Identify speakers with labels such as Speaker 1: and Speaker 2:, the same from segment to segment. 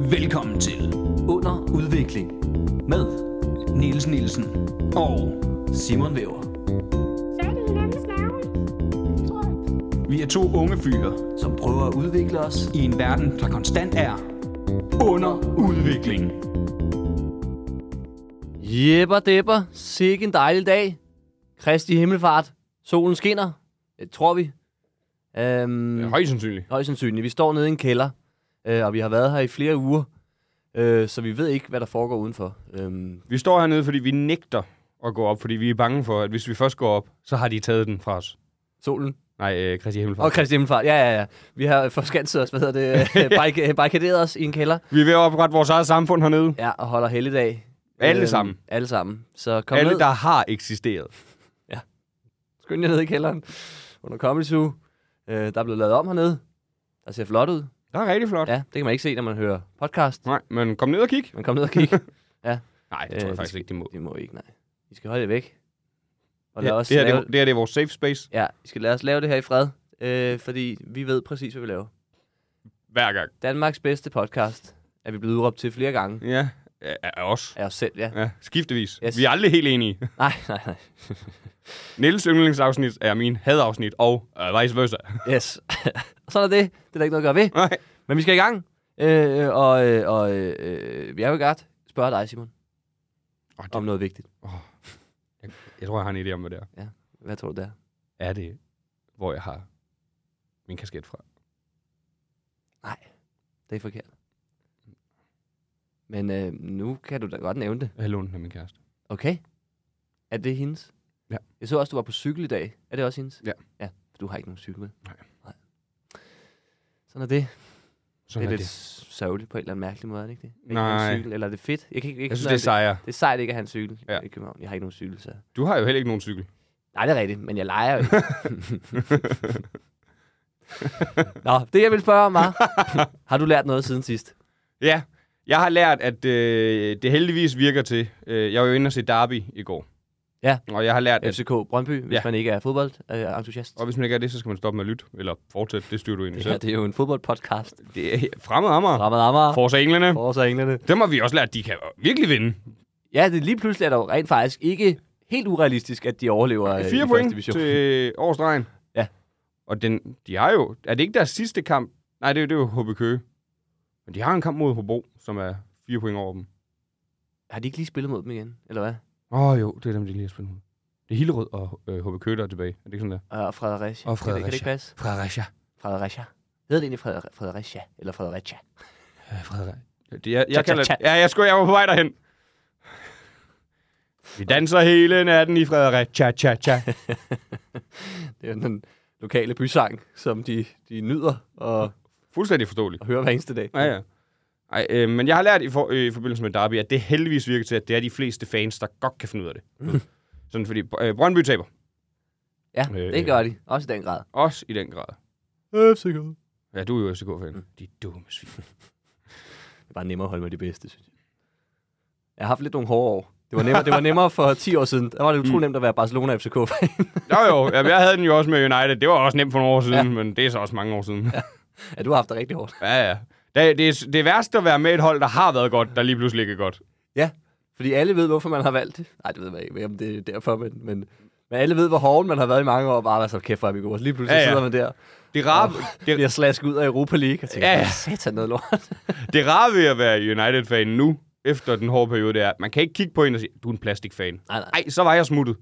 Speaker 1: Velkommen til Under Udvikling med Niels Nielsen og Simon Væver.
Speaker 2: Så er det hinandens navn. Tror jeg.
Speaker 1: Vi er to unge fyre, som prøver at udvikle os i en verden, der konstant er under udvikling.
Speaker 3: Jepper depper, sikke en dejlig dag. Kristi himmelfart, solen skinner, det tror vi. Øhm,
Speaker 4: Mm. Højst sandsynligt.
Speaker 3: højst sandsynligt. Vi står nede i en kælder, øh, og vi har været her i flere uger, øh, så vi ved ikke, hvad der foregår udenfor. Øhm,
Speaker 4: Vi står hernede, fordi vi nægter at gå op, fordi vi er bange for, at hvis vi først går op, så har de taget den fra os.
Speaker 3: solen
Speaker 4: Nej, øh, Christi Himmelfart.
Speaker 3: og Kristi himmelfart, ja, ja, ja. Vi har forskanset os, hvad hedder det, øh, barrika- barrikaderet os i en kælder,
Speaker 4: Vi er ved at oprette vores eget samfund hernede.
Speaker 3: ja, og holder helligdag. Øhm,
Speaker 4: Alle sammen.
Speaker 3: Alle sammen. Så kom
Speaker 4: Kom Alle,
Speaker 3: ned.
Speaker 4: der har eksisteret.
Speaker 3: Skynd jer ned i kælderen under Comedy Zoo. Øh, der er blevet lavet om hernede. Der ser flot ud.
Speaker 4: Der er rigtig flot. Ja.
Speaker 3: Ja, det kan man ikke se, når man hører podcast.
Speaker 4: Nej, men kom ned og kig.
Speaker 3: Men kom ned og
Speaker 4: Nej,
Speaker 3: kig.
Speaker 4: det tror jeg
Speaker 3: Øh,
Speaker 4: faktisk ikke, de må.
Speaker 3: det må I ikke, nej. I skal holde det væk. Og lad
Speaker 4: Ja,
Speaker 3: ja, os
Speaker 4: det, her, det,
Speaker 3: lave,
Speaker 4: er- det her det er vores safe space
Speaker 3: Ja, I skal lade os lave det her i fred. Øh, fordi vi ved præcis, hvad vi laver.
Speaker 4: hver gang.
Speaker 3: Danmarks bedste podcast er vi blevet udråbt til flere gange.
Speaker 4: Ja, af af os.
Speaker 3: Af os selv, ja.
Speaker 4: Ja, skiftevis.
Speaker 3: Yes.
Speaker 4: Yes. Vi er aldrig helt enige.
Speaker 3: Nej, nej, nej.
Speaker 4: Niels yndlingsafsnit er min hadafsnit, og øh, vice versa.
Speaker 3: Yes. Sådan er det. Det er der ikke noget at gøre ved.
Speaker 4: Nej.
Speaker 3: Men vi skal i gang. Øh, og øh, og øh, øh, jeg vil godt spørge dig, Simon,
Speaker 4: Oh, det,
Speaker 3: om noget vigtigt.
Speaker 4: jeg tror, jeg har en idé om, hvad det er.
Speaker 3: Hvad tror du, det er?
Speaker 4: Er det, hvor jeg har min kasket fra?
Speaker 3: Det er forkert. Men øh, nu kan du da godt nævne det.
Speaker 4: Jeg har lånt den af min kæreste.
Speaker 3: Okay. Er det hendes?
Speaker 4: Ja.
Speaker 3: Jeg så også, du var på cykel i dag. Er det også hendes?
Speaker 4: Ja.
Speaker 3: Ja, for du har ikke nogen cykel med.
Speaker 4: Nej.
Speaker 3: Nej. Sådan er det.
Speaker 4: Sådan
Speaker 3: det er
Speaker 4: er
Speaker 3: lidt sørgeligt på en eller anden mærkelig måde, er det ikke det? Ikke
Speaker 4: Nej.
Speaker 3: have en cykel, eller er det fedt? Jeg, kan ikke, ikke
Speaker 4: Jeg synes,
Speaker 3: sådan
Speaker 4: det er sejere.
Speaker 3: noget, det, det er sejt ikke at have en cykel
Speaker 4: Ja.
Speaker 3: ja. i København. Jeg har ikke nogen cykel, så...
Speaker 4: Du har jo heller ikke nogen cykel.
Speaker 3: Nej, det er rigtigt, men jeg leger jo ikke. Nå, det jeg vil spørge om var, har du lært noget siden sidst?
Speaker 4: Ja, jeg har lært, at øh, det heldigvis virker til. Øh, jeg var jo inde og se Derby i går.
Speaker 3: Ja.
Speaker 4: Og jeg har lært, at
Speaker 3: FCK Brøndby, hvis ja.
Speaker 4: Ja.
Speaker 3: man ikke er øh, fodboldentusiast.
Speaker 4: og hvis man ikke er det, så skal man stoppe med at lytte. Eller fortsætte, det styrer du egentlig
Speaker 3: Det
Speaker 4: selv.
Speaker 3: her, det er jo en fodboldpodcast.
Speaker 4: Det er fremmed Amager.
Speaker 3: Ramad Amager.
Speaker 4: Forza Englerne.
Speaker 3: Forza Englerne.
Speaker 4: Dem har vi også lært, at de kan virkelig vinde.
Speaker 3: Ja, det lige pludselig er der jo rent faktisk ikke helt urealistisk, at de overlever øh,
Speaker 4: Fire
Speaker 3: i første
Speaker 4: point
Speaker 3: division.
Speaker 4: til årsdrejen.
Speaker 3: Ja.
Speaker 4: Og den, de har jo... Er det ikke deres sidste kamp? Nej, det er, det er jo HB Køge. Men de har en kamp mod Hobro, som er fire point over dem.
Speaker 3: Har de ikke lige spillet mod dem igen, eller hvad?
Speaker 4: Åh oh, jo, det er dem, de lige har spillet mod. Det er Hillerød og øh, HB Køge, der er tilbage. Er det ikke sådan der?
Speaker 3: Og Fredericia.
Speaker 4: Og
Speaker 3: Kan det, kan det ikke
Speaker 4: Fredericia.
Speaker 3: passe?
Speaker 4: Fredericia.
Speaker 3: Fredericia. Hedder det egentlig Freder- Fredericia? Eller Fredericia?
Speaker 4: Øh, Frederik. Det, jeg,
Speaker 3: Tja,
Speaker 4: jeg,
Speaker 3: tja,
Speaker 4: kalder,
Speaker 3: tja.
Speaker 4: ja, jeg, skulle, jeg var på vej derhen. Vi danser hele natten i Frederik. Tja, tja, tja.
Speaker 3: Det er jo den lokale bysang, som de, de nyder og,
Speaker 4: Fuldstændig forståeligt.
Speaker 3: og hører hver eneste dag.
Speaker 4: Ja, ja. Ej, øh, men jeg har lært i, for, øh, i forbindelse med Derby, at det heldigvis virker til, at det er de fleste fans, der godt kan finde ud af det.
Speaker 3: Mm.
Speaker 4: Sådan fordi øh, Brøndby taber.
Speaker 3: Ja,
Speaker 4: Øh,
Speaker 3: det gør de. Også i den grad.
Speaker 4: Også i den grad.
Speaker 3: FCK.
Speaker 4: Ja, du er jo FCK-fan.
Speaker 3: Mm.
Speaker 4: Mm. De dumme svin.
Speaker 3: Det er bare nemmere at holde med de bedste, synes jeg. Jeg har haft lidt nogle hårde år. Det var nemmere, det var nemmere for 10 år siden. Der var det utrolig nemt at være Barcelona FCK.
Speaker 4: jo, jo. Jamen, jeg havde den jo også med United. Det var også nemt for nogle år siden, ja. men det er så også mange år siden.
Speaker 3: ja, du har haft det rigtig hårdt.
Speaker 4: Ja, ja. Det, det, er, det er værst at være med et hold, der har været godt, der lige pludselig ikke er godt.
Speaker 3: Ja, fordi alle ved, hvorfor man har valgt det. Nej, det ved man ikke, om det er derfor, men, men, men alle ved, hvor hården man har været i mange år, og bare været så kæft, hvor er vi gode. Og så lige pludselig ja,
Speaker 4: Ja,
Speaker 3: ja.
Speaker 4: ja.
Speaker 3: sidder man der
Speaker 4: Det rare,
Speaker 3: og
Speaker 4: det,
Speaker 3: bliver slasket ud af Europa League, og tænker,
Speaker 4: Ja, ja.
Speaker 3: ja, satan noget lort.
Speaker 4: det rare ved at være United-fan nu, efter den hårde periode, det er, at man kan ikke kigge på en og sige, du er en plastikfan.
Speaker 3: Nej, nej.
Speaker 4: Ej, så var jeg smuttet.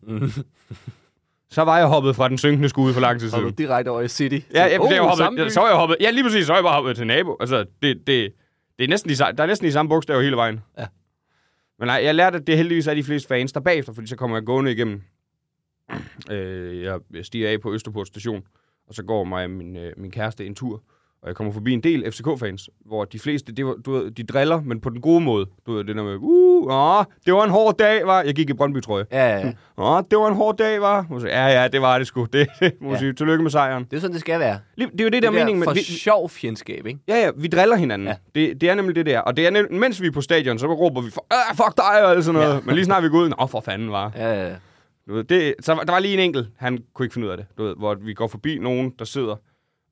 Speaker 4: så var jeg hoppet fra den synkende skue for lang tid
Speaker 3: Så er du
Speaker 4: siden.
Speaker 3: direkte over i City.
Speaker 4: Ja, jeg, oh, jeg
Speaker 3: samme by.
Speaker 4: hoppet, så var jeg hoppet. Ja, lige præcis, så var jeg bare hoppet til nabo. Altså, det, det, det er næsten de, sa- der er næsten de samme bogstaver hele vejen.
Speaker 3: Ja.
Speaker 4: Men nej, jeg lærte, at det heldigvis er de fleste fans, der er bagefter, fordi så kommer jeg gående igennem. Øh, jeg stiger af på Østerport station, og så går mig og min, øh, min kæreste en tur. Og jeg kommer forbi en del FCK-fans, hvor de fleste, det var, du ved, de driller, men på den gode måde. Du ved, det der med, uh, åh, det var en hård dag, var. Jeg gik i Brøndby-trøje.
Speaker 3: Ja, ja, ja.
Speaker 4: Åh, det var en hård dag, var. Må sige, Ja, ja, det var det sgu. Det, må
Speaker 3: Ja.
Speaker 4: ja. sige, tillykke med sejren.
Speaker 3: Det er sådan, det skal være.
Speaker 4: Lige- Det er jo det, der er meningen.
Speaker 3: for
Speaker 4: Men vi,
Speaker 3: sjov fjendskab, ikke?
Speaker 4: ja, ja, vi driller hinanden.
Speaker 3: Ja.
Speaker 4: Ja. Det, det er nemlig det, der. Og det er nem, mens vi er på stadion, så råber vi, for, "Øh, fuck dig og alt sådan noget.
Speaker 3: Ja.
Speaker 4: Ja. Men lige snart vi går ud, åh, for fanden, var.
Speaker 3: Ja, ja, ja.
Speaker 4: Du ved, det, så var- der var lige en enkelt, han kunne ikke finde ud af det, du ved, hvor vi går forbi nogen, der sidder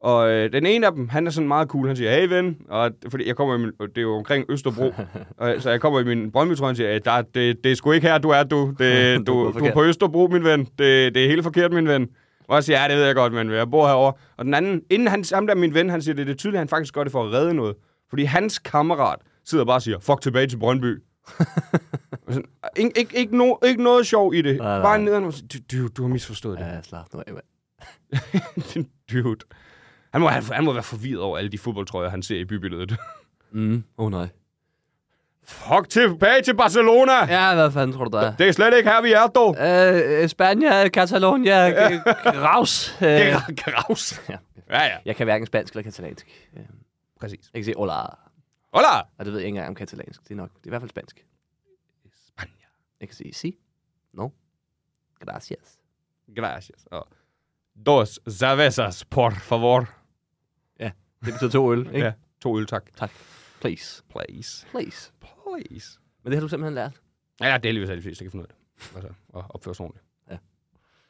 Speaker 4: Og øh, den ene af dem, han er sådan meget cool. Han siger, hey ven. Og, fordi jeg kommer i min, og det er jo omkring Østerbro. og, så jeg kommer i min brøndby og siger, "Øh, der, det, det er sgu ikke her, du er, du. Det,
Speaker 3: Du er
Speaker 4: du, du, er
Speaker 3: forkert."
Speaker 4: på Østerbro, min ven. Det, det er helt forkert, min ven. Og jeg siger, ja, det ved jeg godt, men jeg bor herover. Og den anden, inden han, ham der min ven, han siger, det, det er tydeligt, at han faktisk gør det for at redde noget. Fordi hans kammerat sidder bare og siger, fuck tilbage til Brøndby. Sådan, ikke, ikke, ikke, no, ikke noget sjov i det.
Speaker 3: Nej, nej.
Speaker 4: Bare nederen, og siger, du, du, du har misforstået det.
Speaker 3: Ja, slap nu af, mand.
Speaker 4: Din dude. Han må, han, han må være forvirret over alle de fodboldtrøjer, han ser i bybilledet.
Speaker 3: Mm. Oh, nej.
Speaker 4: Fuck tilbage til Barcelona! Ja.
Speaker 3: Ja, hvad fanden tror du, der er?
Speaker 4: Det er slet ikke her, vi er, dog.
Speaker 3: Øh, Spania, Catalonia, Graus. Øh.
Speaker 4: Ja. Graus.
Speaker 3: Ja.
Speaker 4: Ja, ja.
Speaker 3: Jeg kan hverken spansk eller katalansk. Øh,
Speaker 4: Præcis.
Speaker 3: Jeg kan se hola,
Speaker 4: Hola!
Speaker 3: og det ved jeg ikke engang om katalansk. Det er nok, det er i hvert fald spansk.
Speaker 4: Spania.
Speaker 3: Jeg kan sige si, no, gracias.
Speaker 4: Gracias. Og dos cervezas, por favor.
Speaker 3: Det betyder to øl, ikke?
Speaker 4: Ja. To øl, tak.
Speaker 3: Tak. Please.
Speaker 4: Please.
Speaker 3: Please.
Speaker 4: Please.
Speaker 3: Men det har du simpelthen lært.
Speaker 4: Ja, ja, det er heldigvis alle de fleste, der kan finde ud af det. Altså, at opføre sig ordentligt.
Speaker 3: Ja.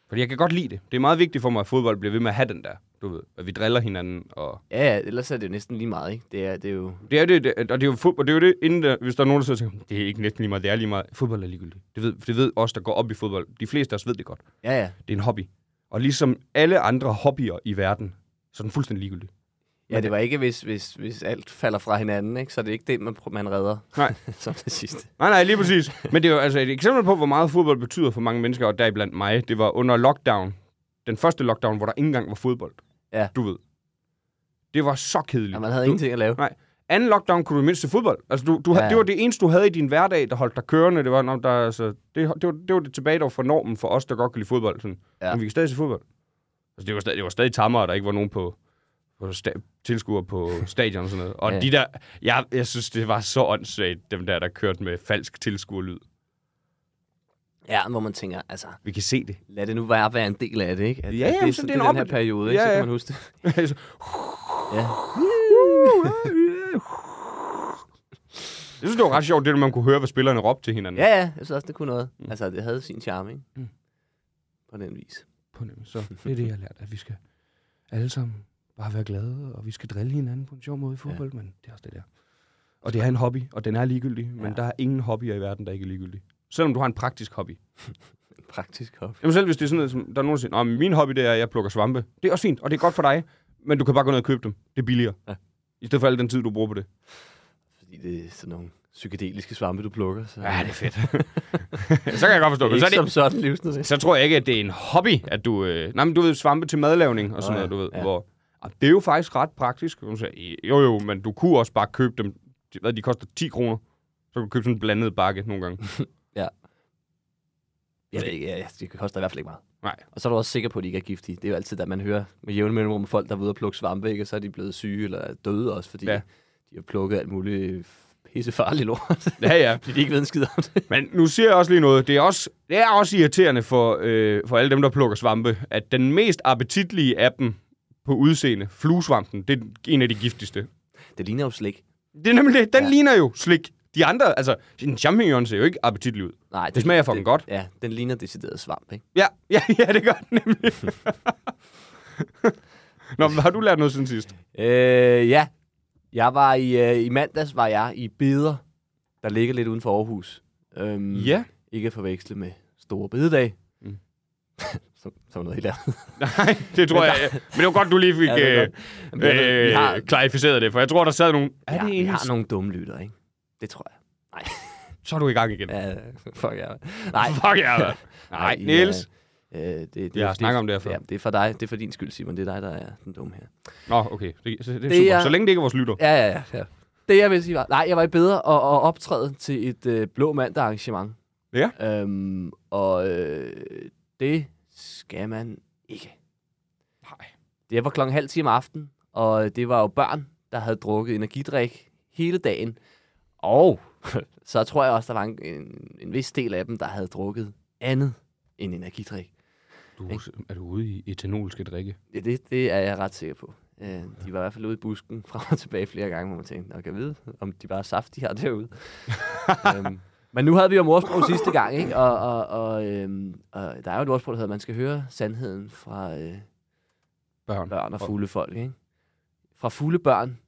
Speaker 4: Fordi jeg kan godt lide det. Det er meget vigtigt for mig, at fodbold bliver ved med at have den der. Du ved, at vi driller hinanden, og
Speaker 3: Ja, ja, ellers er det jo næsten lige meget, ikke? Det er, det er jo...
Speaker 4: Det er det, det, og det er jo fodbold, det er jo det, inden der, hvis der er nogen, der sidder og tænker, det er ikke næsten lige meget, det er lige meget. Fodbold er ligegyldigt. Det ved, det ved os, der går op i fodbold. De fleste af os ved det godt.
Speaker 3: Ja, ja.
Speaker 4: Det er en hobby. Og ligesom alle andre hobbyer i verden, så er den fuldstændig ligegyldig.
Speaker 3: Ja, det var ikke, hvis, hvis, hvis alt falder fra hinanden, ikke? Så det er ikke det, man, pr- man redder
Speaker 4: Nej,
Speaker 3: som det sidste.
Speaker 4: nej, nej, lige præcis. Men det er jo altså et eksempel på, hvor meget fodbold betyder for mange mennesker, og deriblandt mig. Det var under lockdown. Den første lockdown, hvor der ikke engang var fodbold.
Speaker 3: Ja.
Speaker 4: Du ved. Det var så kedeligt.
Speaker 3: Ja, man havde ingenting at lave.
Speaker 4: Nej. Anden lockdown kunne du mindst til fodbold. Altså, du, du, ja.
Speaker 3: Ja.
Speaker 4: det var det eneste, du havde i din hverdag, der holdt dig kørende. Det var, nå, der, altså, det, det, var, det var det tilbage, der var for normen for os, der godt kan lide fodbold. Sådan.
Speaker 3: Ja.
Speaker 4: Ja. Men vi kan stadig se fodbold. Altså, det var stadig, det var stadig tammer, og der ikke var nogen på, på sta- tilskuer på stadion og sådan noget. Og
Speaker 3: Ja.
Speaker 4: ja. de der, jeg, jeg synes, det var så åndssvagt, dem der, der kørte med falsk tilskuerlyd.
Speaker 3: Ja, hvor man tænker, altså,
Speaker 4: Vi kan se det.
Speaker 3: lad det nu være, være en del af det, ikke? At,
Speaker 4: Ja,
Speaker 3: at
Speaker 4: jamen,
Speaker 3: det,
Speaker 4: så
Speaker 3: det,
Speaker 4: det
Speaker 3: det
Speaker 4: er en
Speaker 3: er den her
Speaker 4: op-
Speaker 3: periode, ikke?
Speaker 4: Ja,
Speaker 3: Så kan
Speaker 4: ja.
Speaker 3: man huske det.
Speaker 4: Altså,
Speaker 3: Ja.
Speaker 4: jeg synes, det var ret sjovt, det der, man kunne høre, hvad spillerne råbte til hinanden.
Speaker 3: ja, ja, jeg synes også, det kunne noget. Altså, det havde sin charme, ikke? På den vis.
Speaker 4: på nemlig. Så det er det, jeg har lært, at vi skal alle sammen bare være glade, og vi skal drille hinanden på en sjov måde i fodbold, ja. men det er også det der. Og det er en hobby, og den er ligegyldig, men
Speaker 3: Ja.
Speaker 4: der er ingen hobbyer i verden, der ikke er ligegyldig. Selvom du har en praktisk hobby.
Speaker 3: En Praktisk hobby.
Speaker 4: Jamen selv hvis det er sådan noget, som der er nogen, der siger, "Nå, men min hobby det er, at jeg plukker svampe. Det er også fint, og det er godt for dig, men du kan bare gå ned og købe dem. Det er billigere.
Speaker 3: Ja.
Speaker 4: Ja. I stedet for al den tid, du bruger på det.
Speaker 3: Fordi det er sådan nogle psykedeliske svampe, du plukker. Så
Speaker 4: Ja, det er fedt. så kan jeg godt forstå
Speaker 3: det
Speaker 4: det. Så,
Speaker 3: er
Speaker 4: er
Speaker 3: ikke som
Speaker 4: det,
Speaker 3: sådan livsnødvendigt.
Speaker 4: så tror jeg ikke, at det er en hobby, at du... Øh... Nej, men du ved, svampe til madlavning og sådan
Speaker 3: Nå ja,
Speaker 4: noget, du ved.
Speaker 3: ja.
Speaker 4: Ja. Hvor... Og det er jo faktisk ret praktisk. Og hun sagde, Jo, jo, men du kunne også bare købe dem. de- Hvad, de koster 10 kroner. Så kan du købe sådan en blandet bakke nogle gange.
Speaker 3: Jeg ved ikke, ja, det koster i hvert fald ikke meget.
Speaker 4: Nej.
Speaker 3: Og så er du også sikker på, at de ikke er giftige. Det er jo altid, at man hører med jævne mellemrum om folk, der er ude og plukke svampe, ikke? og så er de blevet syge eller er døde også, fordi ja.
Speaker 4: Ja.
Speaker 3: de har plukket alt muligt pissefarligt lort.
Speaker 4: Ja, ja.
Speaker 3: fordi de ikke ved en skid om det.
Speaker 4: Men nu siger jeg også lige noget. Det er også, det er også irriterende for, øh, for alle dem, der plukker svampe, at den mest appetitlige af dem på udseende, fluesvampen, det er en af de giftigste.
Speaker 3: Det ligner jo slik.
Speaker 4: Det er nemlig det. Den
Speaker 3: Ja.
Speaker 4: ja. ligner jo slik. De andre, altså, en champignon ser jo ikke appetitlig ud.
Speaker 3: Nej,
Speaker 4: Det smager fucking godt.
Speaker 3: Ja, den ligner decideret svamp, ikke?
Speaker 4: Ja, ja, ja det gør den nemlig. Nå, men har du lært noget siden sidst?
Speaker 3: Øh, ja. Jeg var i, øh, i mandags var jeg i Beder, der ligger lidt uden for Aarhus. Øhm, Ikke at forveksle med store bededag. Mm.
Speaker 4: Mm.
Speaker 3: som, som noget helt andet.
Speaker 4: Nej, det tror jeg. Men det var godt, du lige fik
Speaker 3: Ja, det er
Speaker 4: ja,
Speaker 3: godt. Jamen, jeg ved,
Speaker 4: øh,
Speaker 3: vi har-
Speaker 4: øh, klarificeret det, for jeg tror, der sad nogle... Er
Speaker 3: ja,
Speaker 4: det
Speaker 3: vi
Speaker 4: egentlig?
Speaker 3: har nogle dumme lytter, ikke? Det tror jeg.
Speaker 4: Så er du i gang igen.
Speaker 3: Ja, fuck ja. Nej,
Speaker 4: Fuck jer, mand. Nej,
Speaker 3: I,
Speaker 4: Niels.
Speaker 3: Øh, øh, det, det,
Speaker 4: Vi har snakket om det her før.
Speaker 3: Ja, det er for dig. Det er for din skyld, Simon. Det er dig, der er den dumme her.
Speaker 4: Nå, okay. Det, så- det er
Speaker 3: Det
Speaker 4: super.
Speaker 3: er-
Speaker 4: Så længe det ikke er vores lytter.
Speaker 3: Ja, ja, ja. ja. Det, jeg vil sige var... Nej, jeg var i bedre og, og optræde til et øh, blå mandag arrangement.
Speaker 4: Ja.
Speaker 3: Øhm, og øh, det skal man ikke.
Speaker 4: Nej.
Speaker 3: Det var klokken halv 10 om aftenen, og det var jo børn, der havde drukket energidrik hele dagen. Og så tror jeg også, der var en, en, en vis del af dem, der havde drukket andet end energidrik.
Speaker 4: Du, er du ude i etanolske drikke?
Speaker 3: Ja, det, det er jeg ret sikker på. Øh, de var i hvert fald ude i busken frem og tilbage flere gange, hvor man tænkte, "Nå, kan jeg vide, om de bare er saft, de har derude. øhm, men nu havde vi jo mordsprog sidste gang, ikke? Og, og, og, øhm, og der er jo et ordsprog, der hedder, at man skal høre sandheden fra øh,
Speaker 4: Børn.
Speaker 3: børn og fulde folk, ikke? fra fulde børn.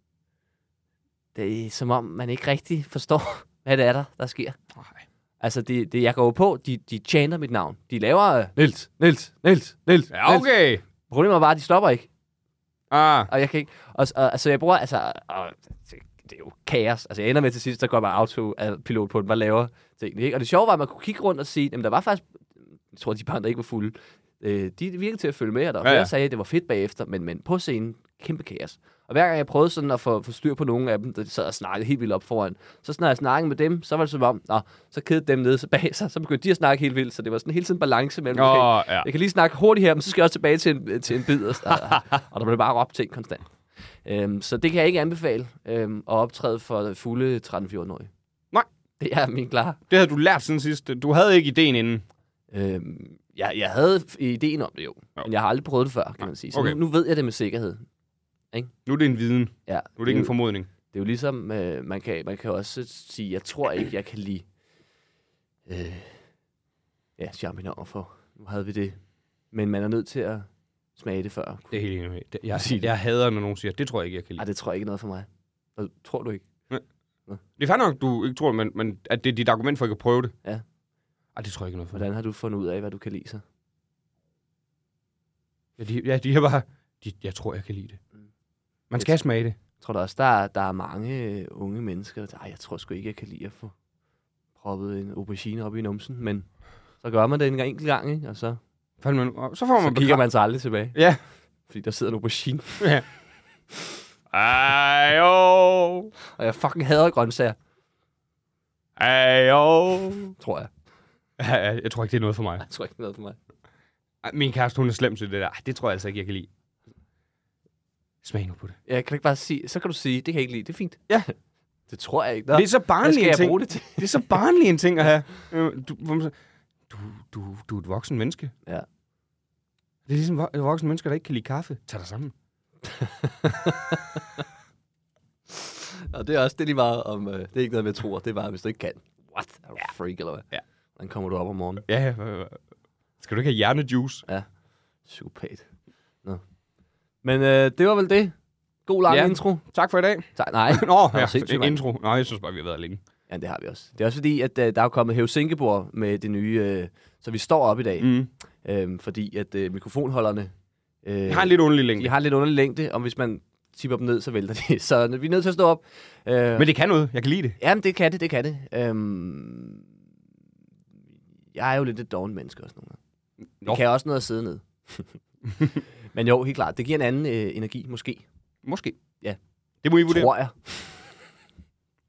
Speaker 3: Det er som om, man ikke rigtig forstår, hvad det er, der, der sker.
Speaker 4: Nej.
Speaker 3: Altså, det, det, jeg går jo på, de, de chanter mit navn. De laver øh, Niels, Niels, Niels, Niels,
Speaker 4: Ja, okay.
Speaker 3: Problemet er bare, at de stopper ikke.
Speaker 4: Ah,
Speaker 3: Og jeg kan ikke... Og, og, altså, jeg bruger... Altså, og, det er jo kaos. Altså, jeg ender med til sidst, der går jeg bare autopilot på den, bare laver tingene. Ikke? Og det sjove var, at man kunne kigge rundt og sige, jamen, der var faktisk... Jeg tror, de børn, der ikke var fulde, øh, de virkede til at følge med, og der var
Speaker 4: Ja,
Speaker 3: ja,
Speaker 4: ja.
Speaker 3: ja. sagde, at det var fedt bagefter, men, men på scenen, kæmpe kaos. Og hver gang jeg prøvede sådan at få, få styr på nogle af dem, der sad og snakkede helt vildt op foran, så snart jeg snakkede med dem, så var det som om, nå, så kedede dem nede så bag sig, så begyndte de at snakke helt vildt, så det var sådan hele tiden balance mellem, okay,
Speaker 4: Åh, ja.
Speaker 3: jeg kan lige snakke hurtigt her, men så skal jeg også tilbage til en, til en bid. Og, og der blev bare råbt ting konstant. Øhm, så det kan jeg ikke anbefale øhm, at optræde for fulde 13-14-årige.
Speaker 4: Nej.
Speaker 3: Det er min klare.
Speaker 4: det havde du lært siden sidst. Du havde ikke ideen inden.
Speaker 3: Øhm, jeg, jeg havde f- ideen om det jo,
Speaker 4: Jo.
Speaker 3: men jeg har aldrig prøvet det før, kan man sige. Så
Speaker 4: okay.
Speaker 3: nu, nu ved jeg det med sikkerhed.
Speaker 4: Nu er det en viden.
Speaker 3: Ja,
Speaker 4: Nu er det ikke
Speaker 3: jo-
Speaker 4: en formodning.
Speaker 3: Det er jo ligesom, øh, man, kan, man kan også sige, jeg tror ikke, jeg kan lide øh, ja, champignoner for. Nu havde vi det. Men man er nødt til at smage det før.
Speaker 4: Det er helt enig med. Det- Jeg,
Speaker 3: Sig det.
Speaker 4: jeg hader, når nogen siger, det tror jeg ikke, jeg kan lide.
Speaker 3: Ej, det tror jeg ikke er noget for mig. Og Tror du ikke?
Speaker 4: Det er fair nok, du ikke tror, men, men at det er dit argument for ikke at prøve det.
Speaker 3: Ja.
Speaker 4: Ej, det tror jeg ikke noget for.
Speaker 3: Hvordan har du fundet ud af, hvad du kan lide så?
Speaker 4: Ja, de, ja, de er bare... De, jeg tror, jeg kan lide det.
Speaker 3: Mm.
Speaker 4: Man skal smage det.
Speaker 3: Jeg tror da også, der er, der er mange øh, unge mennesker, der "Ej, jeg tror sgu ikke, jeg kan lide at få proppet en aubergine op i numsen, men så gør man det en gang- enkelt gang, ikke? og så,
Speaker 4: Fanden, man, så får man...
Speaker 3: så kigger man sig aldrig tilbage,
Speaker 4: Ja.
Speaker 3: fordi der sidder en aubergine,
Speaker 4: Ej, jo.
Speaker 3: og jeg fucking hader grøntsager,
Speaker 4: Ej, jo.
Speaker 3: tror jeg.
Speaker 4: Ja, ja, Jeg tror ikke, det er noget for mig.
Speaker 3: Jeg tror ikke, det er noget for mig.
Speaker 4: Ej, Min kæreste, hun er slem til det der. Ej, Det tror jeg altså ikke, jeg kan lide. Smag nu på det.
Speaker 3: Jeg kan du ikke bare sige, så kan du sige, det kan jeg ikke lide, det er fint.
Speaker 4: Ja.
Speaker 3: Det tror jeg ikke. Nå,
Speaker 4: Det er så
Speaker 3: hvad skal
Speaker 4: barnlig en
Speaker 3: jeg
Speaker 4: ting.
Speaker 3: bruge det til?
Speaker 4: Det er så barnlig en ting at have. Øh, Du, hvor man så- du, du, du er et voksen menneske.
Speaker 3: Ja.
Speaker 4: Det er ligesom vo- voksne mennesker, der ikke kan lide kaffe. Tag dig sammen.
Speaker 3: Og det er også det er lige meget om, øh, det er ikke noget med tror, det er bare, hvis du ikke kan. What? Er du freak, eller hvad?
Speaker 4: Ja.
Speaker 3: Hvordan kommer du op om morgenen?
Speaker 4: Ja, ja. ja, ja. Skal du ikke have hjernejuice?
Speaker 3: Psykopat. Nå. Men øh, det var vel det. God lang
Speaker 4: Ja.
Speaker 3: ja. intro.
Speaker 4: Tak for i dag.
Speaker 3: Tak, nej.
Speaker 4: Nå,
Speaker 3: var
Speaker 4: ja,
Speaker 3: sindssygt,
Speaker 4: en
Speaker 3: mand.
Speaker 4: intro. Nej, jeg synes bare, vi har været alene.
Speaker 3: Ja, det har vi også. Det er også fordi, at øh, der er kommet Helsingebord med det nye, øh, så vi står op i dag, mm.
Speaker 4: Mm.
Speaker 3: øh, fordi at øh, mikrofonholderne øh,
Speaker 4: Jeg har en lidt underlig
Speaker 3: de
Speaker 4: længde.
Speaker 3: har en lidt underlig længde, og hvis man tipper dem ned, så vælter de. Så vi er nødt til at stå op. Øh,
Speaker 4: Men det kan noget. Jeg kan lide det.
Speaker 3: Jamen, det kan det, det kan det. Øhm, jeg er jo lidt et dovent menneske også nogle gange.
Speaker 4: Nå.
Speaker 3: Det kan også noget at sidde ned. Men jo, helt klart. Det giver en anden øh, energi, måske.
Speaker 4: Måske.
Speaker 3: Ja.
Speaker 4: Det må I vurdere.
Speaker 3: Tror jeg.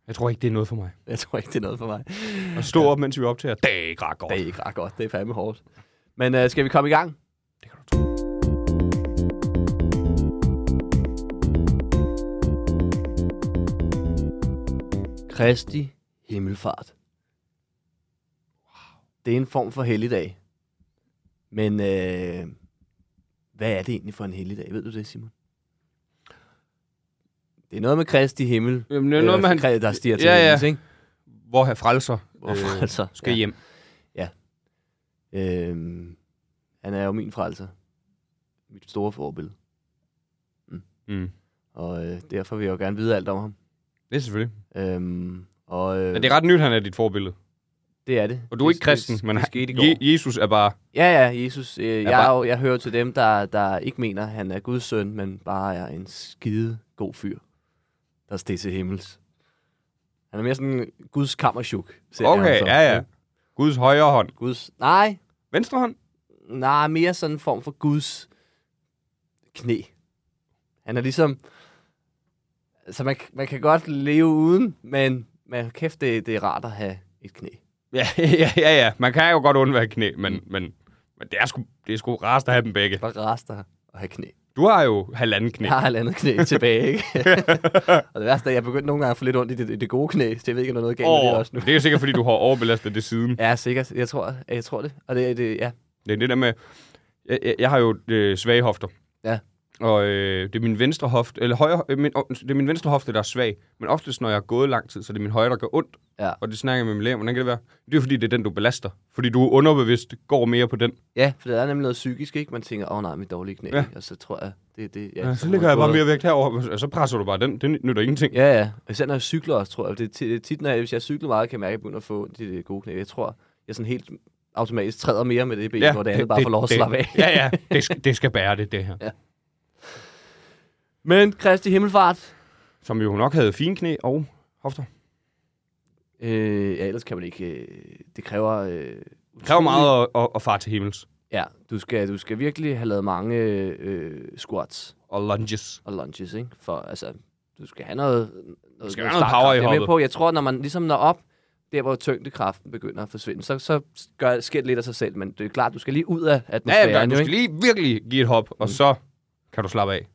Speaker 4: Jeg tror ikke, det er noget for mig.
Speaker 3: Jeg tror ikke, det er noget for mig.
Speaker 4: At stå op, mens vi optager. Dag, Gregor.
Speaker 3: Det er ikke ret godt. Det er fandme hårdt. Men øh, skal vi komme i gang?
Speaker 4: Det kan du tro.
Speaker 3: Kristi himmelfart. Det er en form for helligdag. Men øh, hvad er det egentlig for en helligdag? Ved du det, Simon? Det er noget med Kristi himmel. øh,
Speaker 4: Jamen, det er noget med, han-
Speaker 3: Kræ- der stiger til
Speaker 4: Ja,
Speaker 3: ja,
Speaker 4: ja. altså?
Speaker 3: ja. ikke? Øh,
Speaker 4: Hvor her frelser Øh,
Speaker 3: Hvor frelser,
Speaker 4: skal
Speaker 3: ja.
Speaker 4: hjem.
Speaker 3: Øhm, han er jo min frelser. Mit store forbillede.
Speaker 4: Mm.
Speaker 3: Og øh, derfor vil jeg jo gerne vide alt om ham.
Speaker 4: Det er selvfølgelig.
Speaker 3: Øhm, og, øh,
Speaker 4: Men det er ret nyt, han er dit forbillede.
Speaker 3: det er det.
Speaker 4: Og du er
Speaker 3: Det-
Speaker 4: ikke kristen,
Speaker 3: det,
Speaker 4: men
Speaker 3: det
Speaker 4: han-
Speaker 3: skete i går.
Speaker 4: Je- Jesus er bare...
Speaker 3: Ja, ja, Jesus. Øh, jeg,
Speaker 4: bare-
Speaker 3: er jo, jeg hører til dem, der, der ikke mener, at han er Guds søn, men bare er en skide god fyr, der steg til himmels. Han er mere sådan en Guds kammerchuk. ser jeg ham
Speaker 4: Okay,
Speaker 3: som.
Speaker 4: ja, ja. Guds højre hånd.
Speaker 3: Guds, nej,
Speaker 4: Venstre hånd?
Speaker 3: nej, mere sådan en form for Guds knæ. Han er ligesom... Så man, man kan godt leve uden, men man, kæft, det, det er rart at have et knæ.
Speaker 4: Ja, ja, ja, ja. Man kan jo godt undvære et knæ, men, men, men det er sgu, det er sgu rarest at have dem begge.
Speaker 3: Bare rester at have knæ.
Speaker 4: Du har jo halvanden knæ.
Speaker 3: Jeg har halvandet knæ tilbage, ikke? og det værste er, at jeg begyndte nogle gange at få lidt ondt i det, i det gode knæ, så jeg ved ikke, om der er noget galt oh. med det
Speaker 4: Åh,
Speaker 3: også nu.
Speaker 4: det er jo sikkert, fordi du har overbelastet det siden.
Speaker 3: Ja, sikkert. Jeg tror, jeg tror det. Og det, det ja.
Speaker 4: Det er det der med... Jeg, jeg, jeg har jo øh, svage hofter.
Speaker 3: Ja.
Speaker 4: Og øh, det er min venstre hofte, eller højre, øh, min, åh, det er min venstre hofte, der er svag. Men oftest, når jeg har gået lang tid, så er det min højre, der gør ondt.
Speaker 3: Ja.
Speaker 4: Og det snakker jeg med min læge om, hvordan kan det være? Det er jo, fordi, det er den, du belaster. Fordi du underbevidst går mere på den.
Speaker 3: Ja, for der er nemlig noget psykisk, ikke? Man tænker, åh oh, nej, mit dårlige knæ,
Speaker 4: Ja.
Speaker 3: ja. og så tror jeg, det er det.
Speaker 4: Ja, så
Speaker 3: må
Speaker 4: ligger jeg
Speaker 3: gå
Speaker 4: bare
Speaker 3: og-
Speaker 4: mere vægt herover, og så presser du bare den. Det nytter ingenting. Ja.
Speaker 3: Ja, ja. Og Især når jeg cykler også, tror jeg. Det er ti- det er tit, når jeg, hvis jeg cykler meget, kan jeg mærke, at jeg begynder at få de, de gode knæ. Jeg tror, jeg sådan helt automatisk træder mere med det ben, ja, hvor det andet bare får lov at
Speaker 4: det-
Speaker 3: slappe af.
Speaker 4: Ja, ja. Det, sk- det skal bære det, det her.
Speaker 3: Men Kristi Himmelfart,
Speaker 4: Som jo nok havde fine knæ og hofter.
Speaker 3: øh, ja, ellers kan man ikke... Øh, det kræver... Øh,
Speaker 4: Det kræver meget at, at, at fare til himmels.
Speaker 3: Ja, du skal, du skal virkelig have lavet mange øh, squats
Speaker 4: Og lunges.
Speaker 3: og lunges, ikke? For altså, du skal have noget... noget
Speaker 4: skal have noget power i
Speaker 3: startkraft. Jeg er med
Speaker 4: hoppet.
Speaker 3: på, jeg tror, når man ligesom når op, der hvor tyngdekraften begynder at forsvinde, så, så gør, sker det lidt af sig selv, men det er klart, du skal lige ud af
Speaker 4: Ja,
Speaker 3: atmosfæren,
Speaker 4: ja, men du
Speaker 3: jo,
Speaker 4: skal
Speaker 3: ikke?
Speaker 4: lige virkelig give et hop, og så kan du slappe af.